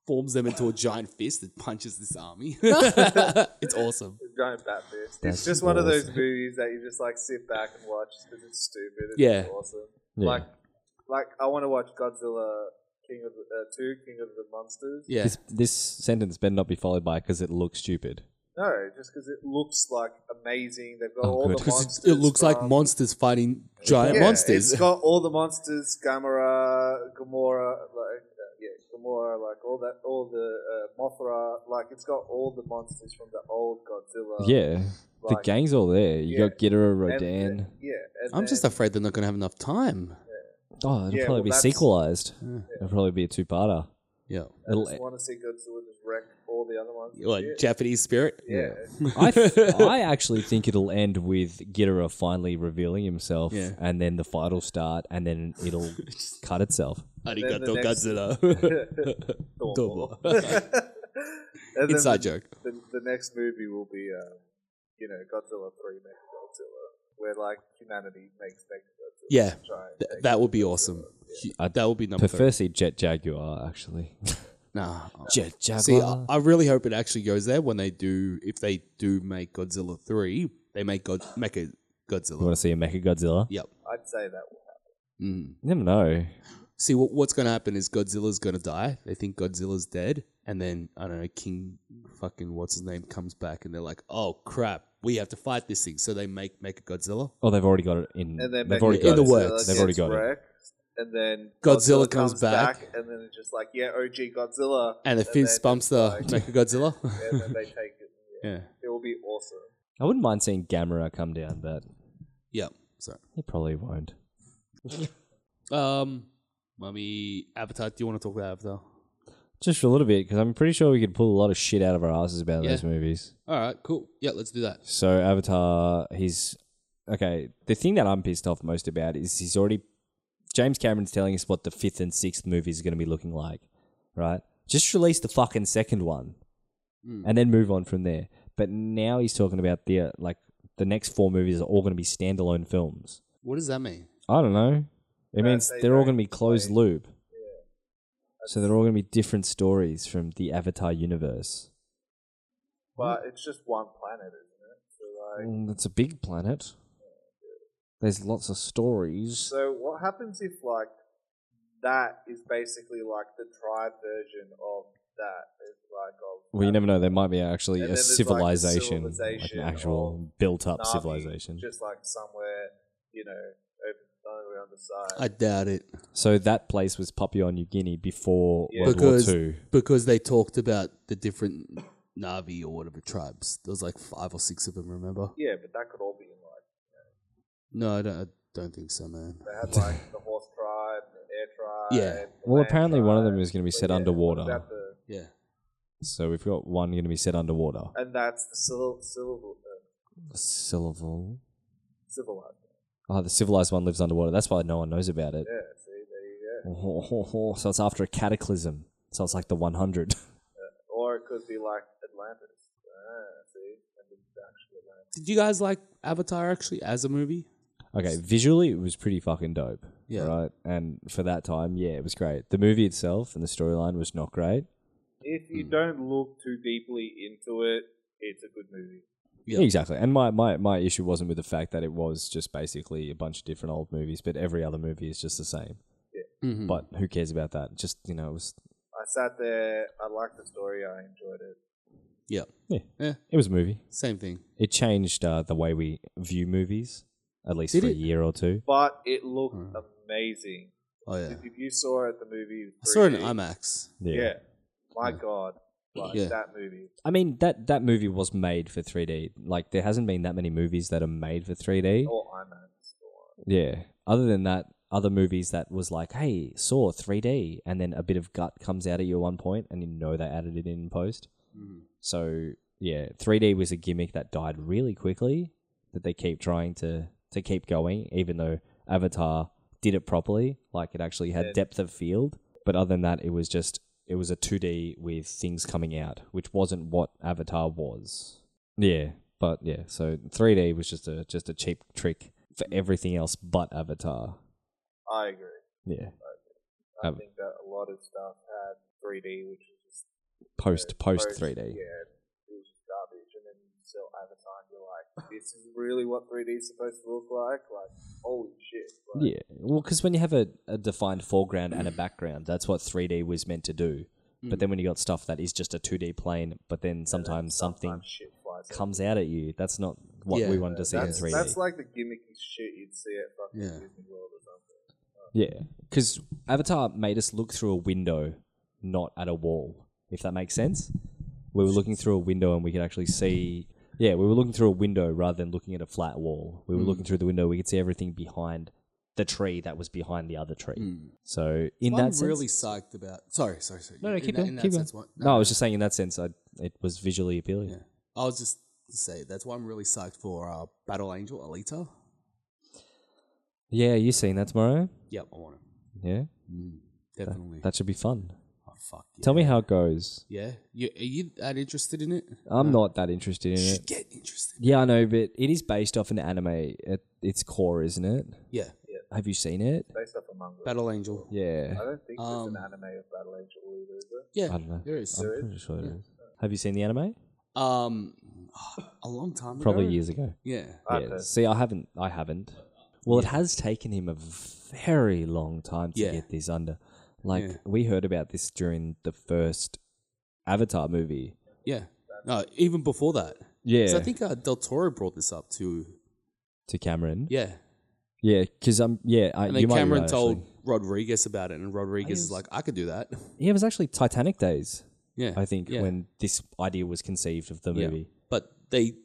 Speaker 2: forms them into a giant fist that punches this army. it's awesome.
Speaker 4: The Giant bat fist.
Speaker 3: That's
Speaker 4: It's just one of those
Speaker 3: awesome.
Speaker 4: movies that you just like sit back and watch because it's stupid. It's
Speaker 2: Yeah.
Speaker 4: awesome.
Speaker 3: Yeah.
Speaker 4: Like, like I want to watch Godzilla King of the, uh, Two, King of the Monsters.
Speaker 2: Yeah,
Speaker 3: This this sentence better not be followed by because it looks stupid.
Speaker 4: No, just because it looks like amazing. They've got
Speaker 3: Oh,
Speaker 4: all
Speaker 3: good.
Speaker 4: the
Speaker 2: because
Speaker 4: monsters.
Speaker 2: it, it looks like
Speaker 4: from-
Speaker 2: monsters fighting giant
Speaker 4: Yeah,
Speaker 2: monsters.
Speaker 4: It's got all the monsters, Gamora, Gamora, like uh, yeah, Gamora, like all that, all the uh, Mothra, like it's got all the monsters from the old Godzilla.
Speaker 3: yeah, the
Speaker 4: Uh, like-
Speaker 3: gang's all there. You
Speaker 4: Yeah.
Speaker 3: got Ghidorah,
Speaker 4: and, uh,
Speaker 3: Rodan.
Speaker 4: yeah, and
Speaker 2: I'm just
Speaker 4: then-
Speaker 2: afraid they're not going to have enough time.
Speaker 3: Oh, it'll
Speaker 4: Yeah,
Speaker 3: probably
Speaker 4: well,
Speaker 3: be
Speaker 4: that's-
Speaker 3: sequelized. It'll probably be a two-parter.
Speaker 2: Yeah.
Speaker 4: I just
Speaker 3: It'll-
Speaker 4: want to see Godzilla just wreck all the other ones.
Speaker 2: What, Japanese spirit?
Speaker 4: yeah,
Speaker 3: I, th- I actually think it'll end with Ghidorah finally revealing himself,
Speaker 2: Yeah.
Speaker 3: and then the fight will start, and then it'll cut itself.
Speaker 2: Arigato
Speaker 4: the next-
Speaker 2: Godzilla.
Speaker 4: Thor.
Speaker 2: Double.
Speaker 4: And then
Speaker 2: Inside
Speaker 4: the,
Speaker 2: joke.
Speaker 4: the, the next movie will be, um, you know, Godzilla Three, Mega Godzilla, where like humanity makes Mega Godzilla.
Speaker 2: Yeah.
Speaker 4: Try and
Speaker 2: Th-
Speaker 4: take
Speaker 2: that would be awesome.
Speaker 3: I'd
Speaker 2: That would be number
Speaker 3: Prefer
Speaker 2: three.
Speaker 3: see Jet Jaguar actually. uh,
Speaker 2: Nah.
Speaker 3: Jet Jaguar.
Speaker 2: See, I, I really hope it actually goes there when they do. If they do make Godzilla three, they make God make a
Speaker 3: you
Speaker 2: Godzilla.
Speaker 3: want to see a Mecha Godzilla?
Speaker 2: Yep.
Speaker 4: I'd say that will happen.
Speaker 2: Mm.
Speaker 3: You never know.
Speaker 2: See what what's going to happen is Godzilla's going to die. They think Godzilla's dead, and then I don't know King fucking what's his name comes back, and they're like, oh crap, we have to fight this thing. So they make make a Godzilla.
Speaker 3: Oh, they've already got it in.
Speaker 4: And then
Speaker 3: they've
Speaker 4: Mecha
Speaker 3: already
Speaker 2: in
Speaker 3: got
Speaker 2: the
Speaker 3: it.
Speaker 2: works.
Speaker 4: Godzilla
Speaker 3: They've already
Speaker 4: gets
Speaker 3: got it.
Speaker 4: wrecked, And then
Speaker 2: Godzilla comes back.
Speaker 4: and then it's just like, yeah, OG Godzilla.
Speaker 2: And the fist
Speaker 4: then
Speaker 2: bumps the
Speaker 4: it's like-
Speaker 2: Mecha Godzilla.
Speaker 4: and then they take it. Yeah.
Speaker 2: yeah.
Speaker 4: It will be awesome.
Speaker 3: I wouldn't mind seeing Gamera come down, but
Speaker 2: Yep. So,
Speaker 3: he probably won't.
Speaker 2: um, mummy Avatar. Do you want to talk about Avatar?
Speaker 3: Just for a little bit, because I'm pretty sure we could pull a lot of shit out of our asses about
Speaker 2: Yeah.
Speaker 3: those movies.
Speaker 2: All right. Cool. Yeah. Let's do that.
Speaker 3: So Avatar, he's okay. The thing that I'm pissed off most about is he's already James Cameron's telling us what the fifth and sixth movies are going to be looking like, right? Just release the fucking second one, and then move on from there. But now he's talking about the uh, like the next four movies are all going to be standalone films.
Speaker 2: What does that mean?
Speaker 3: I don't know. It means
Speaker 4: they
Speaker 3: they're all going
Speaker 4: don't
Speaker 3: to be closed loop. So they're all going to be different stories from the Avatar universe.
Speaker 4: But it's just one planet, isn't it? So, like,
Speaker 3: Mm, It's a big planet. There's lots of stories.
Speaker 4: so what happens if like that is basically like the tribe version of that? It's like of
Speaker 3: Well, you never know. There might be actually
Speaker 4: um, And
Speaker 3: a
Speaker 4: then there's, like, a
Speaker 3: civilization, like,
Speaker 4: civilization
Speaker 3: an
Speaker 4: or
Speaker 3: actual built-up
Speaker 4: Na'vi,
Speaker 3: civilization.
Speaker 4: just like somewhere, you know, over over on the side.
Speaker 2: I doubt it
Speaker 3: So that place was Papua New Guinea before
Speaker 4: Yeah.
Speaker 3: World
Speaker 2: because
Speaker 3: War Two.
Speaker 2: because they talked about the different Navi or whatever tribes. There was like five or six of them. Remember?
Speaker 4: yeah, but that could all be in like
Speaker 2: No, I don't. I Don't think so, man.
Speaker 4: They had like the horse tribe, the air tribe.
Speaker 2: Yeah.
Speaker 4: the
Speaker 3: Well,
Speaker 4: land
Speaker 3: apparently one of
Speaker 4: tribe,
Speaker 3: them is going to be
Speaker 4: but
Speaker 3: set
Speaker 4: yeah,
Speaker 3: underwater.
Speaker 4: what about the-
Speaker 2: Yeah.
Speaker 3: So we've got one going to be set underwater.
Speaker 4: and that's the civil, civil, uh,
Speaker 3: Civil.
Speaker 4: civilized.
Speaker 3: Oh, the civilized one lives underwater. That's why no one knows about it.
Speaker 4: Yeah, see, there you go.
Speaker 3: So it's after a cataclysm. So it's like the 100.
Speaker 4: Or it could be like Atlantis. Ah, see, and it's actually Atlantis.
Speaker 2: Did you guys like Avatar actually as a movie?
Speaker 3: Okay, visually it was pretty fucking dope.
Speaker 2: Yeah.
Speaker 3: Right. And for that time, yeah, it was great. The movie itself and the storyline was not great.
Speaker 4: If you don't look too deeply into it, it's a good movie.
Speaker 2: Yeah.
Speaker 3: Exactly. And my, my, my issue wasn't with the fact that it was just basically a bunch of different old movies, but every other movie is just the same.
Speaker 2: Mm-hmm.
Speaker 3: But who cares about that? Just, you know, it was
Speaker 4: I sat there. I liked the story. I enjoyed it.
Speaker 2: yeah,
Speaker 3: yeah,
Speaker 2: Yeah.
Speaker 3: it was a movie.
Speaker 2: same thing.
Speaker 3: It changed uh, the way we view movies, at least
Speaker 2: Did
Speaker 3: for a
Speaker 2: it?
Speaker 3: year or two.
Speaker 4: But it looked
Speaker 2: Hmm.
Speaker 4: amazing.
Speaker 2: Oh yeah,
Speaker 4: If you saw it, the movie.
Speaker 2: I saw it in
Speaker 4: 3D,
Speaker 2: IMAX.
Speaker 4: Yeah.
Speaker 3: Yeah.
Speaker 4: My God. Like
Speaker 2: Yeah.
Speaker 4: that movie.
Speaker 3: I mean that that movie was made for 3D. Like there hasn't been that many movies that are made for 3D.
Speaker 4: Or IMAX. Or,
Speaker 3: Yeah. Other than that, other movies that was like, hey, saw 3D, and then a bit of gut comes out at you at one point, and you know they added it in post. So yeah, 3D was a gimmick that died really quickly. That they keep trying to to keep going, even though Avatar did it properly, like it actually had
Speaker 4: Yeah.
Speaker 3: depth of field. But other than that, it was just it was a 2D with things coming out, which wasn't what Avatar was. Yeah, but yeah, so 3D was just a just a cheap trick for everything else but Avatar.
Speaker 4: I agree.
Speaker 3: Yeah,
Speaker 4: I
Speaker 3: Um,
Speaker 4: think that a lot of stuff had 3D, which is just
Speaker 3: post post 3D.
Speaker 4: Yeah, it was just garbage. And then you sell Avatar, and you're like, this is really what 3D is supposed to look like. Like, holy shit! Like,
Speaker 3: Yeah, well, because when you have a, a defined foreground and a background, that's what 3D was meant to do. But
Speaker 4: Mm.
Speaker 3: then when you got stuff that is just a 2D plane, but then sometimes something
Speaker 4: sometimes shit flies out.
Speaker 3: comes out at you, that's not what
Speaker 2: Yeah.
Speaker 3: we wanted to see
Speaker 4: that's,
Speaker 3: in 3D.
Speaker 4: that's like the gimmicky shit you'd see at fucking
Speaker 2: Yeah.
Speaker 4: Disney World or something.
Speaker 3: yeah, because Avatar made us look through a window, not at a wall. If that makes sense, we were looking through a window and we could actually see. Yeah, we were looking through a window rather than looking at a flat wall.
Speaker 2: Mm.
Speaker 3: We were looking through the window. We could see everything behind the tree that was behind the other tree.
Speaker 2: Mm.
Speaker 3: So in
Speaker 2: I'm
Speaker 3: that sense,
Speaker 2: really psyched about. Sorry, sorry, sorry.
Speaker 3: No, no,
Speaker 2: In
Speaker 3: keep
Speaker 2: that-
Speaker 3: going,
Speaker 2: in that
Speaker 3: keep going.
Speaker 2: sense, what-
Speaker 3: No, I was just saying in that sense, I, it was visually appealing.
Speaker 2: Yeah. I was just to say that's why I'm really psyched for uh, Battle Angel Alita.
Speaker 3: Yeah, you seeing that tomorrow?
Speaker 2: Yep, I want it.
Speaker 3: Yeah,
Speaker 2: Mm, Definitely.
Speaker 3: that should be fun.
Speaker 2: oh, fuck. Yeah.
Speaker 3: Tell me how it goes.
Speaker 2: Yeah, you, are you that interested in it?
Speaker 3: I'm not that interested in
Speaker 2: You
Speaker 3: it.
Speaker 2: should get interested.
Speaker 3: Yeah, I know, but it is based off an anime at its core, isn't it?
Speaker 2: Yeah,
Speaker 3: Have you seen it?
Speaker 4: Based off Among Us.
Speaker 2: Battle Angel.
Speaker 3: Yeah,
Speaker 4: I don't think there's
Speaker 2: Um,
Speaker 4: an anime of Battle Angel either, is there?
Speaker 2: Yeah,
Speaker 3: I don't know.
Speaker 2: there is.
Speaker 3: I'm pretty sure it is. Have you seen the anime?
Speaker 2: Um, a long time ago.
Speaker 3: Probably years ago.
Speaker 2: Yeah.
Speaker 3: Yeah. See, I haven't. I haven't. Well, it has taken him a very long time to
Speaker 2: Yeah.
Speaker 3: get this under. Like
Speaker 2: Yeah.
Speaker 3: we heard about this during the first Avatar movie.
Speaker 2: Yeah. No, even before that.
Speaker 3: Yeah,
Speaker 2: 'Cause I think uh, Del Toro brought this up too.
Speaker 3: to Cameron.
Speaker 2: Yeah.
Speaker 3: Yeah, because I'm. Yeah, I,
Speaker 2: And
Speaker 3: you
Speaker 2: then
Speaker 3: might be
Speaker 2: Cameron
Speaker 3: right,
Speaker 2: told
Speaker 3: actually.
Speaker 2: Rodriguez about it, and Rodriguez is
Speaker 3: guess-
Speaker 2: like, I could do that.
Speaker 3: Yeah, it was actually Titanic days.
Speaker 2: Yeah.
Speaker 3: I think
Speaker 2: yeah,
Speaker 3: when this idea was conceived of the
Speaker 2: yeah.
Speaker 3: movie.
Speaker 2: But they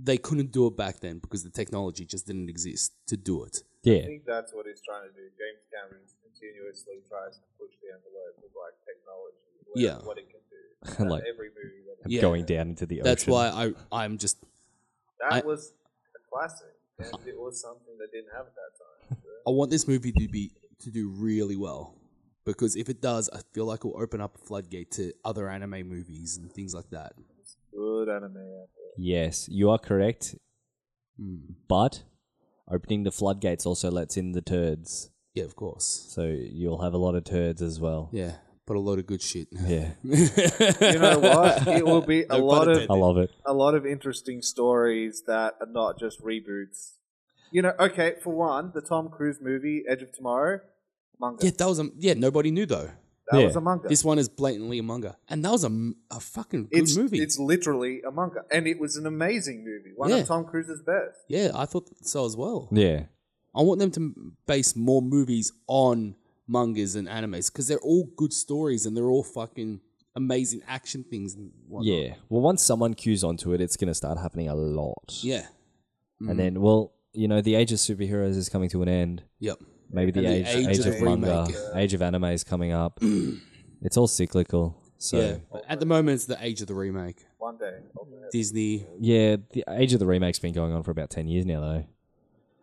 Speaker 2: they couldn't do it back then because the technology just didn't exist to do it.
Speaker 3: Yeah,
Speaker 4: I think that's what he's trying to do. James Cameron continuously tries to push the envelope of like technology, what,
Speaker 2: Yeah.
Speaker 4: what it can do.
Speaker 3: And, like-
Speaker 4: every movie that
Speaker 2: Yeah.
Speaker 3: going down into the ocean.
Speaker 2: That's why I I'm just
Speaker 4: That
Speaker 2: I-
Speaker 4: was a classic, and it was something they didn't have at that time. so-
Speaker 2: I want this movie to be to do really well because if it does, I feel like it will open up a floodgate to other anime movies and things like that.
Speaker 4: Good anime. out there.
Speaker 3: Yes, you are correct. But opening the floodgates also lets in the turds,
Speaker 2: Yeah, of course.
Speaker 3: so you'll have a lot of turds as well.
Speaker 2: Yeah, but a lot of good shit.
Speaker 3: Yeah,
Speaker 4: You know what? It will be a
Speaker 2: No
Speaker 4: lot
Speaker 2: pun
Speaker 4: of
Speaker 2: intended.
Speaker 3: I love it.
Speaker 4: a lot of interesting stories that are not just reboots. You know, okay, for one, the Tom Cruise movie Edge of Tomorrow, manga.
Speaker 2: Yeah, that was a yeah. Nobody knew though.
Speaker 4: that
Speaker 3: yeah.
Speaker 4: was a manga.
Speaker 2: This one is blatantly a manga, and that was a, m- a fucking good
Speaker 4: it's,
Speaker 2: movie.
Speaker 4: It's literally a manga, and it was an amazing movie. One
Speaker 2: Yeah.
Speaker 4: of Tom Cruise's best.
Speaker 2: yeah, I thought so as well.
Speaker 3: Yeah,
Speaker 2: I want them to m- base more movies on mangas and animes because they're all good stories and they're all fucking amazing action things. And whatnot.
Speaker 3: yeah. Well, once someone cues onto it, it's gonna start happening a lot.
Speaker 2: yeah.
Speaker 3: And then, well, you know, the age of superheroes is coming to an end.
Speaker 2: Yep.
Speaker 3: Maybe the,
Speaker 2: And
Speaker 3: age, age, of,
Speaker 2: the
Speaker 3: manga,
Speaker 2: remake.
Speaker 3: age of anime is coming up. it's all cyclical. So
Speaker 2: yeah. But At the moment, it's the age of the remake.
Speaker 4: One day. Okay.
Speaker 2: Disney
Speaker 3: Yeah, the age of the remake's been going on for about ten years now, though.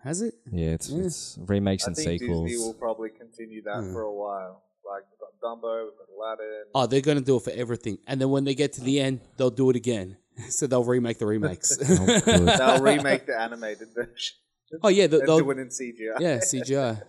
Speaker 2: has it.
Speaker 3: Yeah, it's,
Speaker 2: Yeah.
Speaker 3: it's remakes
Speaker 4: I
Speaker 3: and
Speaker 4: think
Speaker 3: sequels.
Speaker 4: Disney will probably continue that
Speaker 2: Hmm.
Speaker 4: for a while. Like we've got Dumbo, we've got Aladdin.
Speaker 2: Oh, they're gonna do it for everything, and then when they get to the end, they'll do it again. So they'll remake the remakes.
Speaker 3: Oh, good.
Speaker 4: They'll remake the animated version.
Speaker 2: oh yeah, they'll,
Speaker 4: and
Speaker 2: they'll
Speaker 4: do it in CGI.
Speaker 2: yeah CGI.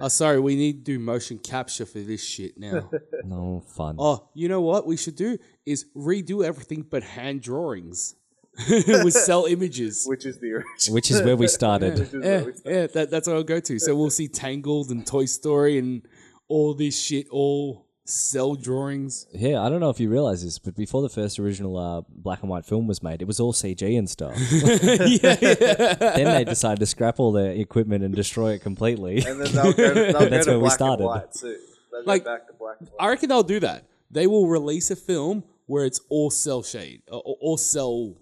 Speaker 2: Oh, sorry, we need to do motion capture for this shit now.
Speaker 3: no fun.
Speaker 2: Oh, you know what we should do is redo everything but hand drawings with cell images.
Speaker 4: Which is the original.
Speaker 3: Which is where we started.
Speaker 4: Which is
Speaker 2: yeah,
Speaker 4: where we started.
Speaker 2: yeah, that, that's what I'll go to. So we'll see Tangled and Toy Story and all this shit, all cell drawings.
Speaker 3: Yeah, I don't know if you realize this, but before the first original uh, black and white film was made, it was all CG and stuff.
Speaker 2: yeah, yeah.
Speaker 3: then they decided to scrap all their equipment and destroy it completely.
Speaker 4: And then they'll go, they'll
Speaker 3: That's where
Speaker 4: go to
Speaker 3: we
Speaker 4: black
Speaker 3: started.
Speaker 4: and white too. They'll
Speaker 2: Like-
Speaker 4: go back to black and white.
Speaker 2: I reckon they'll do that. They will release a film where it's all cell shade, uh, all all cell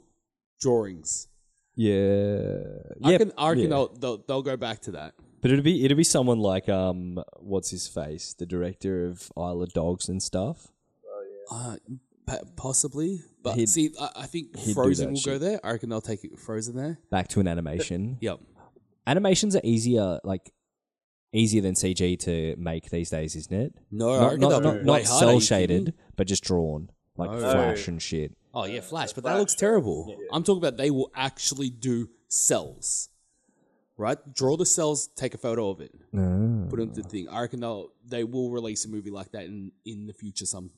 Speaker 2: drawings.
Speaker 3: yeah,
Speaker 2: I
Speaker 3: Yep.
Speaker 2: reckon, I reckon
Speaker 3: Yeah.
Speaker 2: they'll, they'll they'll go back to that.
Speaker 3: But it'd be it'd be someone like um, what's his face, the director of Isle of Dogs and stuff.
Speaker 2: Uh, pa- possibly, but
Speaker 3: He'd-
Speaker 2: see, I, I think
Speaker 3: he'd do
Speaker 2: Frozen
Speaker 3: that
Speaker 2: will go
Speaker 3: shit.
Speaker 2: there. I reckon they'll take it Frozen there.
Speaker 3: Back to an animation.
Speaker 2: Yep.
Speaker 3: Animations are easier, like easier than CG to make these days, isn't it?
Speaker 2: No, I
Speaker 3: not
Speaker 2: reckon
Speaker 3: not,
Speaker 2: they'll
Speaker 3: not,
Speaker 2: be
Speaker 3: not
Speaker 2: way harder, are
Speaker 3: cell
Speaker 2: you
Speaker 3: shaded,
Speaker 2: kidding?
Speaker 3: but just drawn, like
Speaker 2: Oh.
Speaker 3: flash and shit.
Speaker 2: Oh yeah, Flash, but that looks terrible. I'm talking about they will actually do cells, right? Draw the cells, take a photo of it,
Speaker 3: Oh.
Speaker 2: put it into the thing. I reckon they'll they will release a movie like that in in the future. Some,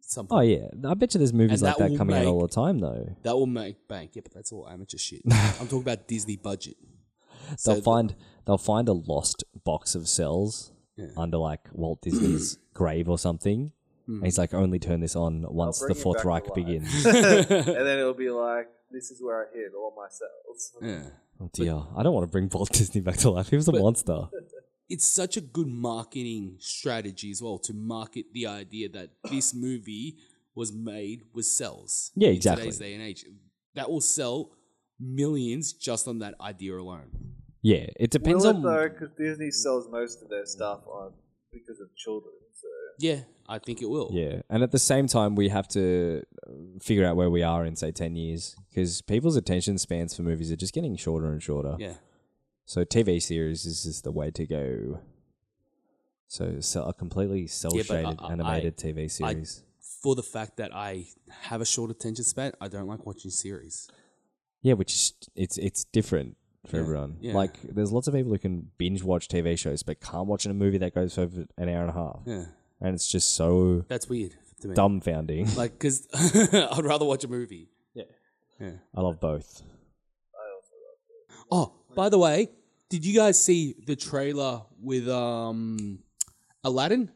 Speaker 2: some
Speaker 3: Oh yeah, I bet you there's movies
Speaker 2: And
Speaker 3: like
Speaker 2: that
Speaker 3: that
Speaker 2: will
Speaker 3: coming out all the
Speaker 2: make-
Speaker 3: time though.
Speaker 2: That will make bank. Yeah, but that's all amateur shit. I'm talking about Disney budget. So
Speaker 3: they'll find they'll find a lost box of cells under like Walt Disney's grave or something. And he's like, only turn this on once the
Speaker 4: bring it
Speaker 3: Fourth
Speaker 4: back
Speaker 3: Reich
Speaker 4: alive.
Speaker 3: begins.
Speaker 4: and then it'll be like, this is where I hid all my cells.
Speaker 2: Yeah.
Speaker 3: oh dear, I don't want to bring Walt Disney back to life. He was a monster.
Speaker 2: It's such a good marketing strategy as well to market the idea that this movie was made with cells.
Speaker 3: Yeah,
Speaker 2: in
Speaker 3: exactly.
Speaker 2: today's day and age, that will sell millions just on that idea alone.
Speaker 3: Yeah, it depends
Speaker 4: Will
Speaker 3: on.
Speaker 4: it though, because Disney sells most of their stuff on because of children. So
Speaker 2: Yeah, I think it will.
Speaker 3: Yeah, and at the same time, we have to uh, figure out where we are in say ten years because people's attention spans for movies are just getting shorter and shorter.
Speaker 2: Yeah.
Speaker 3: So TV series is just the way to go. So, so a completely cel-shaded
Speaker 2: I- uh, I-
Speaker 3: animated TV
Speaker 2: I-
Speaker 3: series.
Speaker 2: For the fact that I have a short attention span, I don't like watching series.
Speaker 3: yeah, which is it's it's different for
Speaker 2: Yeah,
Speaker 3: everyone.
Speaker 2: yeah.
Speaker 3: Like there's lots of people who can binge watch TV shows but can't watch a movie that goes for over an hour and a half.
Speaker 2: Yeah.
Speaker 3: And it's just so
Speaker 2: That's weird to me.
Speaker 3: dumbfounding.
Speaker 2: Like, because I'd rather watch a movie.
Speaker 3: I love both.
Speaker 2: Oh, by the way, did you guys see the trailer with um Aladdin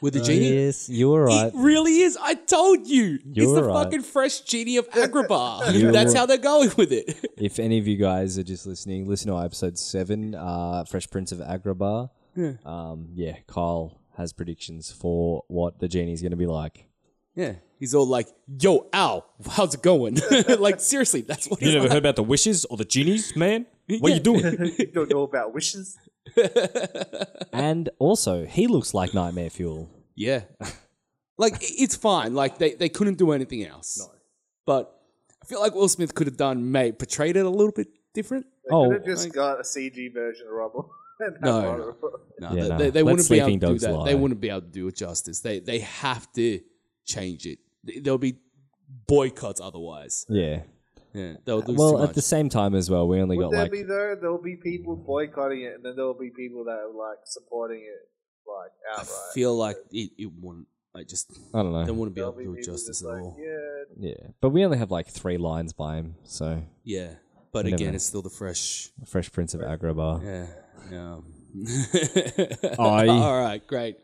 Speaker 2: with the genie?
Speaker 3: Yes, you were Uh, right.
Speaker 2: It really is. I told you. it's
Speaker 3: You're
Speaker 2: the
Speaker 3: right.
Speaker 2: fucking fresh genie of Agrabah.
Speaker 3: You're
Speaker 2: That's
Speaker 3: right.
Speaker 2: how they're going with it.
Speaker 3: if any of you guys are just listening, listen to our episode seven, uh, Fresh Prince of Agrabah. Yeah. Um, yeah, Kyle has predictions for what the genie's gonna be like.
Speaker 2: Yeah. He's all like, yo, ow, how's it going? like, seriously, that's what he's like.
Speaker 3: heard about the wishes or the genies, man? What are you doing?
Speaker 4: you don't know about wishes.
Speaker 3: and also, he looks like nightmare fuel.
Speaker 2: Yeah. like, i- it's fine. Like, they, they couldn't do anything else. No. But I feel like Will Smith could have done, mate, portrayed it a little bit different.
Speaker 3: Oh,
Speaker 4: Could have just got a CG version of Rubble. and have
Speaker 2: No.
Speaker 4: Rubble.
Speaker 2: No,
Speaker 3: Yeah,
Speaker 2: they,
Speaker 3: no.
Speaker 2: they, they
Speaker 3: Let
Speaker 2: wouldn't be able
Speaker 3: sleeping
Speaker 2: to do
Speaker 3: dogs
Speaker 2: that.
Speaker 3: lie.
Speaker 2: They wouldn't be able to do it justice. They they have to change it. Th- There'll be boycotts otherwise.
Speaker 3: Yeah.
Speaker 2: Yeah, they'll lose too
Speaker 3: Well,
Speaker 2: much.
Speaker 3: at the same time as well, we only
Speaker 4: Would
Speaker 3: got
Speaker 4: there
Speaker 3: like
Speaker 4: be though? There'll be people boycotting it, and then there'll be people that are like supporting it, like
Speaker 2: I
Speaker 4: outright.
Speaker 2: feel like it, it wouldn't. I just
Speaker 3: I don't know.
Speaker 2: they wouldn't be
Speaker 4: There'll
Speaker 2: able to do
Speaker 4: people
Speaker 2: it justice
Speaker 4: just
Speaker 2: at
Speaker 4: like,
Speaker 2: all. Yeah,
Speaker 4: Yeah,
Speaker 3: yeah, but we only have like three lines by him. So
Speaker 2: but
Speaker 3: You never
Speaker 2: again,
Speaker 3: know.
Speaker 2: it's still the fresh.
Speaker 3: Fresh Prince of Agrabah.
Speaker 2: Yeah, um,
Speaker 3: Aye.
Speaker 2: all right, great.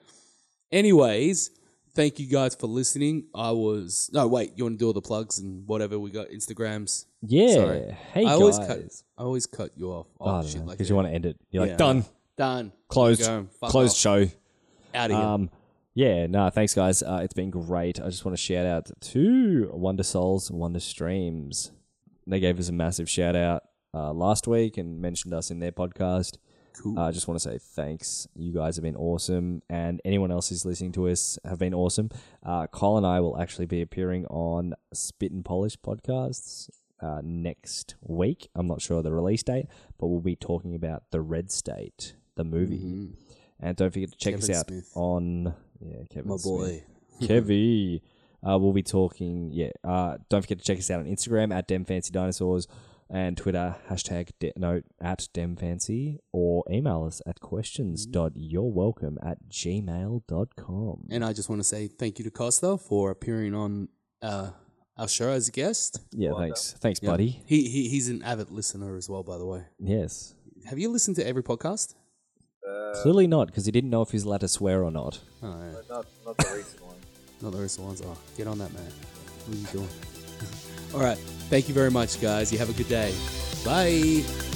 Speaker 2: Anyways, thank you guys for listening. I was no wait. You want to do all the plugs and whatever we got Instagrams.
Speaker 3: Yeah.
Speaker 2: Sorry.
Speaker 3: Hey
Speaker 2: I
Speaker 3: guys.
Speaker 2: always cut. I always cut you off.
Speaker 3: Oh, I
Speaker 2: Oh,
Speaker 3: don't
Speaker 2: shit
Speaker 3: know,
Speaker 2: like
Speaker 3: because
Speaker 2: that.
Speaker 3: you want to end it. You're
Speaker 2: Yeah.
Speaker 3: like done,
Speaker 2: done.
Speaker 3: closed,
Speaker 2: Go, fuck
Speaker 3: closed
Speaker 2: off.
Speaker 3: show.
Speaker 2: Out of here.
Speaker 3: Um, yeah, no, thanks guys. Uh, it's been great. I just want to shout out to Wonder Souls, Wonder Streams. They gave us a massive shout out. uh, last week and mentioned us in their podcast. Uh,
Speaker 2: Cool.
Speaker 3: I just want to say thanks. You guys have been awesome, and anyone else who's listening to us have been awesome. Uh, Kyle and I will actually be appearing on Spit and Polish podcasts uh, next week. I'm not sure of the release date, but we'll be talking about the Red State, the movie. And don't forget to check us
Speaker 2: Mm-hmm. Kevin
Speaker 3: out
Speaker 2: Smith.
Speaker 3: on yeah, Kevin
Speaker 2: My
Speaker 3: Smith.
Speaker 2: boy.
Speaker 3: Kevy. Uh, we'll be talking. Yeah. Uh, don't forget to check us out on Instagram at Dem Fancy Dinosaurs and Twitter hashtag de- no at Dem Fancy or email us at questions dot you're welcome at gmail.com.
Speaker 2: And I just want to say thank you to Costa for appearing on uh, our show as a guest.
Speaker 3: Yeah. Thanks. Thanks, buddy.
Speaker 2: He, he he's an avid listener as well, by the way.
Speaker 3: Yes.
Speaker 2: Have you listened to every podcast?
Speaker 3: Clearly not because he didn't know if he was allowed to swear or not.
Speaker 2: Oh, yeah.
Speaker 4: Not, not the recent one.
Speaker 2: Not the recent ones. Oh, get on that, man. What are you doing? All right. Thank you very much, guys. You have a good day. Bye.